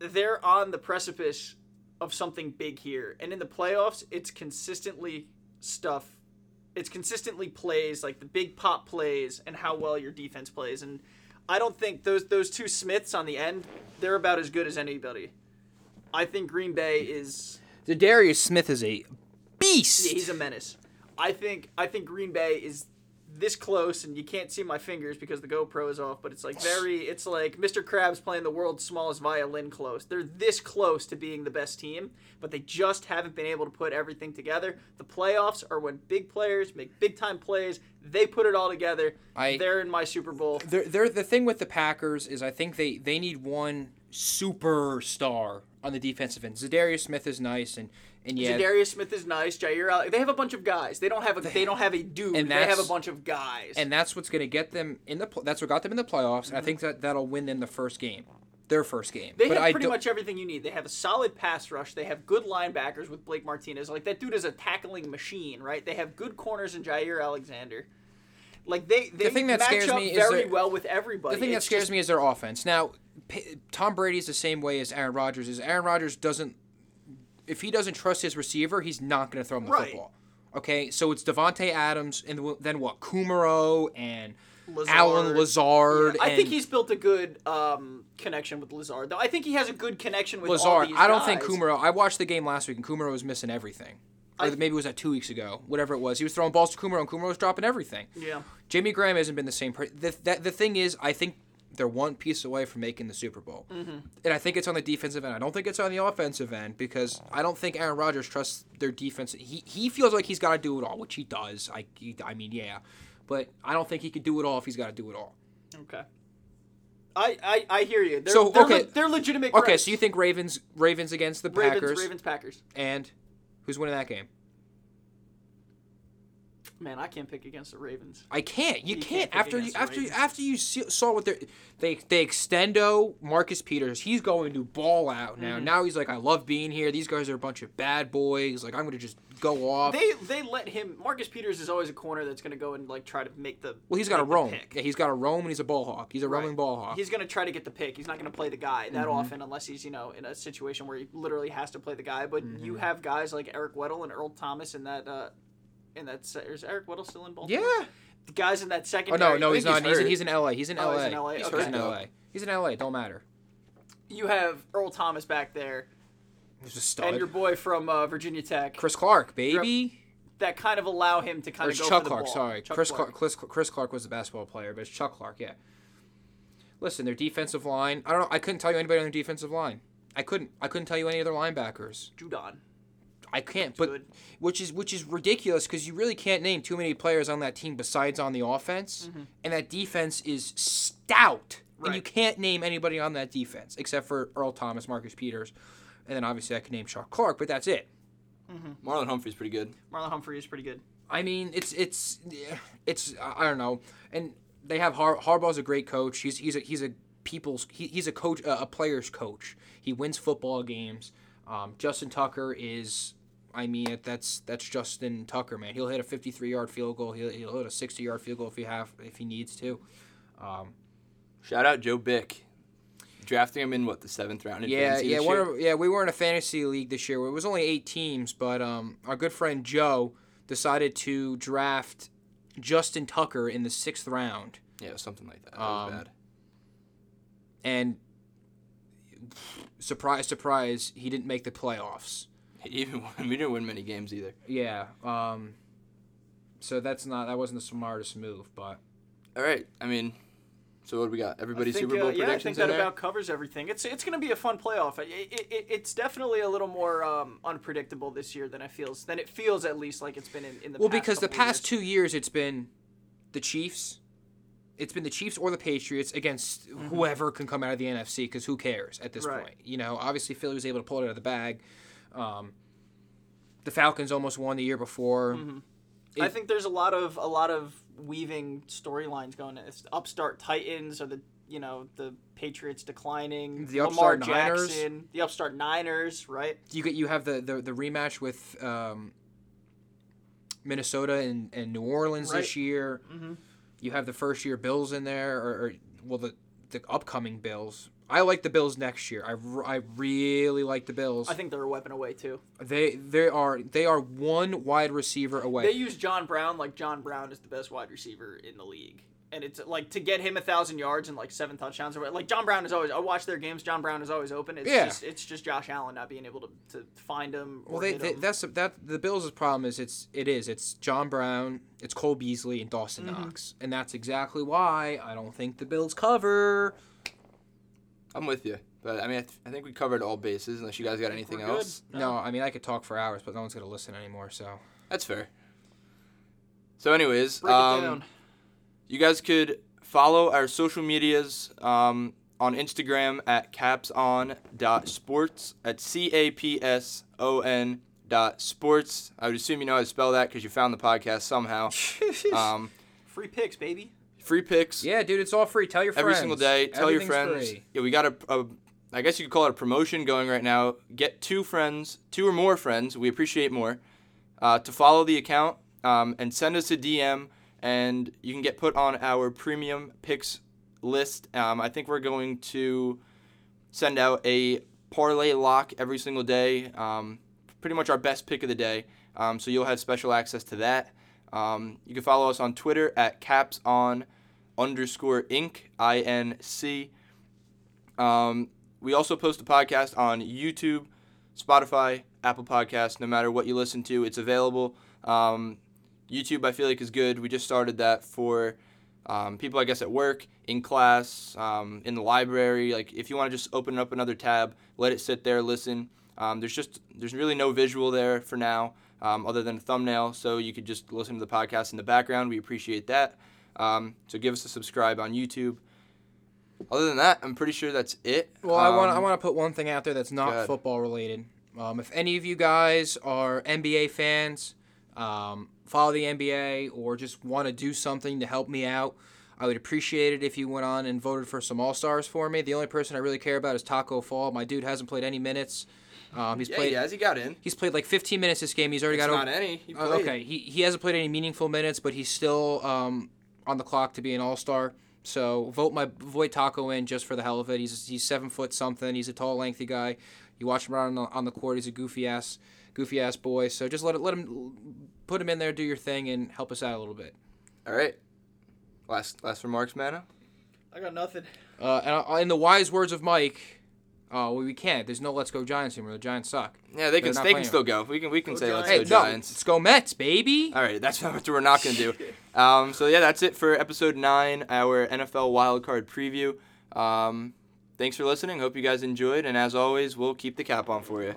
E: they're on the precipice of something big here. And in the playoffs, it's consistently stuff. It's consistently plays like the big pop plays and how well your defense plays. And I don't think those those two Smiths on the end, they're about as good as anybody. I think Green Bay is
D: The Darius Smith is a beast.
E: yeah, he's a menace. I think I think Green Bay is this close, and you can't see my fingers because the GoPro is off. But it's like very, it's like Mr. Krabs playing the world's smallest violin. Close. They're this close to being the best team, but they just haven't been able to put everything together. The playoffs are when big players make big time plays. They put it all together.
D: I-
E: They're in my Super Bowl.
D: they're, they're, the thing with the Packers is I think they, they need one superstar on the defensive end. Zadarius Smith is nice, and, and yeah,
E: Darius Smith is nice. Jair, Ale- they have a bunch of guys. They don't have a. They don't have a dude.
D: And
E: they have a
D: that's-
E: bunch of guys.
D: and that's what's going to get them in the. Pl- that's what got them in the playoffs, and I think that that'll win them the first game, their first game.
E: Mm-hmm. They
D: but
E: have
D: I
E: pretty
D: don't-
E: much everything you need. They have a solid pass rush. They have good linebackers with Blake Martinez. Like that dude is a tackling machine, right? They have good corners in Jair Alexander. Like they, they
D: thing that
E: match
D: scares
E: up
D: me is
E: very
D: their-
E: well with everybody.
D: The thing that
E: It's
D: scares
E: just-
D: me is their offense. Now, P- Tom Brady's the same way as Aaron Rodgers. Is Aaron Rodgers doesn't if he doesn't trust his receiver, he's not going to throw him the
E: Right.
D: football. Okay, so it's Devonte Adams and w- then what? Kumaro and
E: Lazard.
D: Allen Lazard.
E: I think
D: and
E: he's built a good um, connection with Lazard, though. I think he has a good connection with all
D: Lazard.
E: these
D: I don't think
E: guys.
D: Kumaro. I watched the game last week and Kumaro was missing everything. Or maybe it was that two weeks ago, whatever it was. He was throwing balls to Kumaro and Kumaro was dropping everything.
E: Yeah.
D: Jamie Graham hasn't been the same. Per- the, that, the thing is, I think they're one piece away from making the Super Bowl, and I think it's on the defensive end. I don't think it's on the offensive end because I don't think Aaron Rodgers trusts their defense. He he feels like he's got to do it all, which he does. I he- I mean, yeah, but I don't think he could do it all if he's got to do it all.
E: Okay. I, I, I hear you. They're,
D: So,
E: they're,
D: okay.
E: le- they're legitimate.
D: Okay,
E: threats.
D: so you think Ravens Ravens against the
E: Ravens,
D: Packers
E: Ravens, Packers.
D: and who's winning that game?
E: Man, I can't pick against the Ravens.
D: I can't. You,
E: You
D: can't,
E: can't pick
D: after you
E: against the
D: after you,
E: Ravens.
D: after you see, saw what they they they extendo Marcus Peters. He's going to ball out now. Now he's like, I love being here. These guys are a bunch of bad boys. Like I'm going to just go off.
E: They they let him. Marcus Peters is always a corner that's going to go and like try to make the.
D: well, he's got to
E: make the
D: roam.
E: pick.
D: Yeah, he's got to roam, and he's a ball hawk. He's a roaming ball Mm-hmm. hawk.
E: He's going to try to get the pick. He's not going to play the guy that often unless he's you know in a situation where he literally has to play the guy. But
D: Mm-hmm.
E: you have guys like Eric Weddle and Earl Thomas in that. uh in that se- is Eric Weddle still in
D: yeah.
E: Baltimore? The guys in that second.
D: Oh no, no, he's
C: he's
D: not. He's, in-
C: hurt.
D: he's in L.A. He's in
E: Oh,
D: L.A.
E: he's in LA,
D: He's
E: okay.
D: in L.A. He's in L.A. Don't matter.
E: You have Earl Thomas back there,
D: He's a stud.
E: and your boy from uh, Virginia Tech
D: Oh, Chris Clark, baby.
E: that kind of allow him to
D: Or
E: kind of
D: it's
E: go
D: Chuck
E: for the
D: Clark.
E: ball.
D: Sorry,
E: Chuck
D: Chris Clark. Chris, Chris Clark was the basketball player, but it's Chuck Clark. Yeah. Listen, their defensive line. I don't. know. I couldn't tell you anybody on their defensive line. I couldn't. I couldn't tell you any other linebackers.
E: Judon.
D: I can't. But
E: good.
D: which is which is ridiculous because you really can't name too many players on that team besides on the offense, and that defense is stout. And you
E: Mm-hmm. Right.
D: can't name anybody on that defense except for Earl Thomas, Marcus Peters, and then obviously I could name Chuck Clark, but that's it.
C: Marlon Humphrey's pretty good.
E: Marlon Humphrey is pretty good.
D: I mean, it's it's it's I I don't know, and they have Har- Harbaugh's a great coach. He's he's a he's a people's he, he's a coach uh, a player's coach. He wins football games. Um, Justin Tucker is, I mean, it- that's that's Justin Tucker, man. He'll hit a 53 yard field goal. He'll, he'll hit a 60 yard field goal if he have if he needs to.
C: Shout out Joe Bick. Drafting him in what the seventh round? in
D: Yeah,
C: fantasy
D: yeah,
C: this
D: one
C: year?
D: of, yeah. We were in a fantasy league this year. It was only eight teams, but um, our good friend Joe decided to draft Justin Tucker in the sixth round.
C: yeah, something like that. That was
D: Um,
C: bad.
D: and surprise, surprise, he didn't make the playoffs.
C: He even won- we didn't win many games either.
D: Yeah. Um. So that's not that wasn't the smartest move, but
C: All right, I mean, so what do we got?
E: I
C: Everybody's
E: think,
C: Super Bowl
E: uh, yeah, I think
C: predictions
E: that
C: in there.
E: about covers everything. It's it's going to be a fun playoff. It, it, it- it's definitely a little more um, unpredictable this year than it feels than it feels at least like it's been in, in the
D: well,
E: past
D: because the
E: couple of
D: past
E: years.
D: two years it's been the Chiefs, it's been the Chiefs or the Patriots against whoever can come out of the NFC, because who cares at this
E: Right.
D: point? You know, obviously Philly was able to pull it out of the bag. Um, the Falcons almost won the year before.
E: I think there's a lot of a lot of weaving storylines going. In. It's upstart Titans or the you know the Patriots declining.
D: The
E: Lamar
D: upstart Niners.
E: Jackson, the upstart Niners, right?
D: you get you have the the, the rematch with um, Minnesota and, and New Orleans
E: Right. Mm-hmm.
D: this year. You have the first year Bills in there, or, or well the the upcoming Bills. I like the Bills next year. I, r- I really like the Bills.
E: I think they're a weapon away too.
D: they they are they are one wide receiver away.
E: They use John Brown like John Brown is the best wide receiver in the league, and it's like to get him a thousand yards and like seven touchdowns. Or what- like John Brown is always. I watch their games. John Brown is always open. It's
D: Yeah.
E: just it's just Josh Allen not being able to, to find him. Or
D: Well, they,
E: hit
D: they,
E: him.
D: that's that the Bills' problem is it's it is it's John Brown, it's Cole Beasley and Dawson
E: Mm-hmm.
D: Knox, and that's exactly why I don't think the Bills cover.
C: I'm with you, but I mean, I, th- I think we covered all bases. Unless you guys got anything
E: We're good.
C: else,
D: No, I mean I could talk for hours, but no one's gonna listen anymore. So
C: that's fair. So, anyways,
E: Break
C: um,
E: it down.
C: You guys could follow our social medias um, on Instagram at capson.sports at C A P S O N dot sports. I would assume you know how to spell that because you found the podcast somehow. um,
E: Free picks, baby.
C: free picks
D: yeah, dude, it's all free. Tell your friends
C: every single day. Tell your
D: Everything's
C: friends.
D: free.
C: Yeah, we got a, a, I guess you could call it a promotion going right now. Get two friends, two or more friends. We appreciate more uh, to follow the account um, and send us a DM, and you can get put on our premium picks list. Um, I think we're going to send out a parlay lock every single day. Um, pretty much our best pick of the day. Um, so you'll have special access to that. Um, you can follow us on Twitter at caps on underscore inc i n c. Um, we also post the podcast on YouTube, Spotify, Apple Podcasts. No matter what you listen to, it's available. Um, YouTube, I feel like, is good. We just started that for um, people, I guess, at work, in class, um, in the library. Like, if you want to just open up another tab, let it sit there, listen. Um, there's just there's really no visual there for now, um, other than a thumbnail. So you could just listen to the podcast in the background. We appreciate that. Um, so give us a subscribe on YouTube. Other than that, I'm pretty sure that's it.
D: Well, I want I
C: Um,
D: want to put one thing out there that's not
C: ahead.
D: football related. Um, if any of you guys are NBA fans, um, follow the NBA, or just want to do something to help me out, I would appreciate it if you went on and voted for some All Stars for me. The only person I really care about is Taco Fall. My dude hasn't played any minutes. Um, he's
C: Yeah,
D: played.
C: he has. He got in.
D: He's played like 15 minutes this game. He's already
C: It's
D: got
C: not
D: over,
C: any. He
D: uh,
C: played.
D: okay, he, he hasn't played any meaningful minutes, but he's still um, on the clock to be an all star. So vote my vote Taco in just for the hell of it. He's he's seven foot something. He's a tall, lengthy guy. You watch him around on the, on the court. He's a goofy ass goofy ass boy. So just let it, let him put him in there, do your thing, and help us out a little bit.
C: All right. Last last remarks, Mano.
E: I got nothing.
D: Uh, and I- in the wise words of Mike, uh, well, we can't. There's no let's go Giants anymore. The Giants suck.
C: Yeah, they can
D: not
C: they
D: playing.
C: can still go. We can we can say let's
E: Giants.
C: go
D: Hey, no,
C: Giants.
D: let's go Mets, baby.
C: All right, that's what we're not gonna do. Um, so yeah, that's it for episode nine, our NFL wildcard preview. Um, thanks for listening. Hope you guys enjoyed, and as always, we'll keep the cap on for you.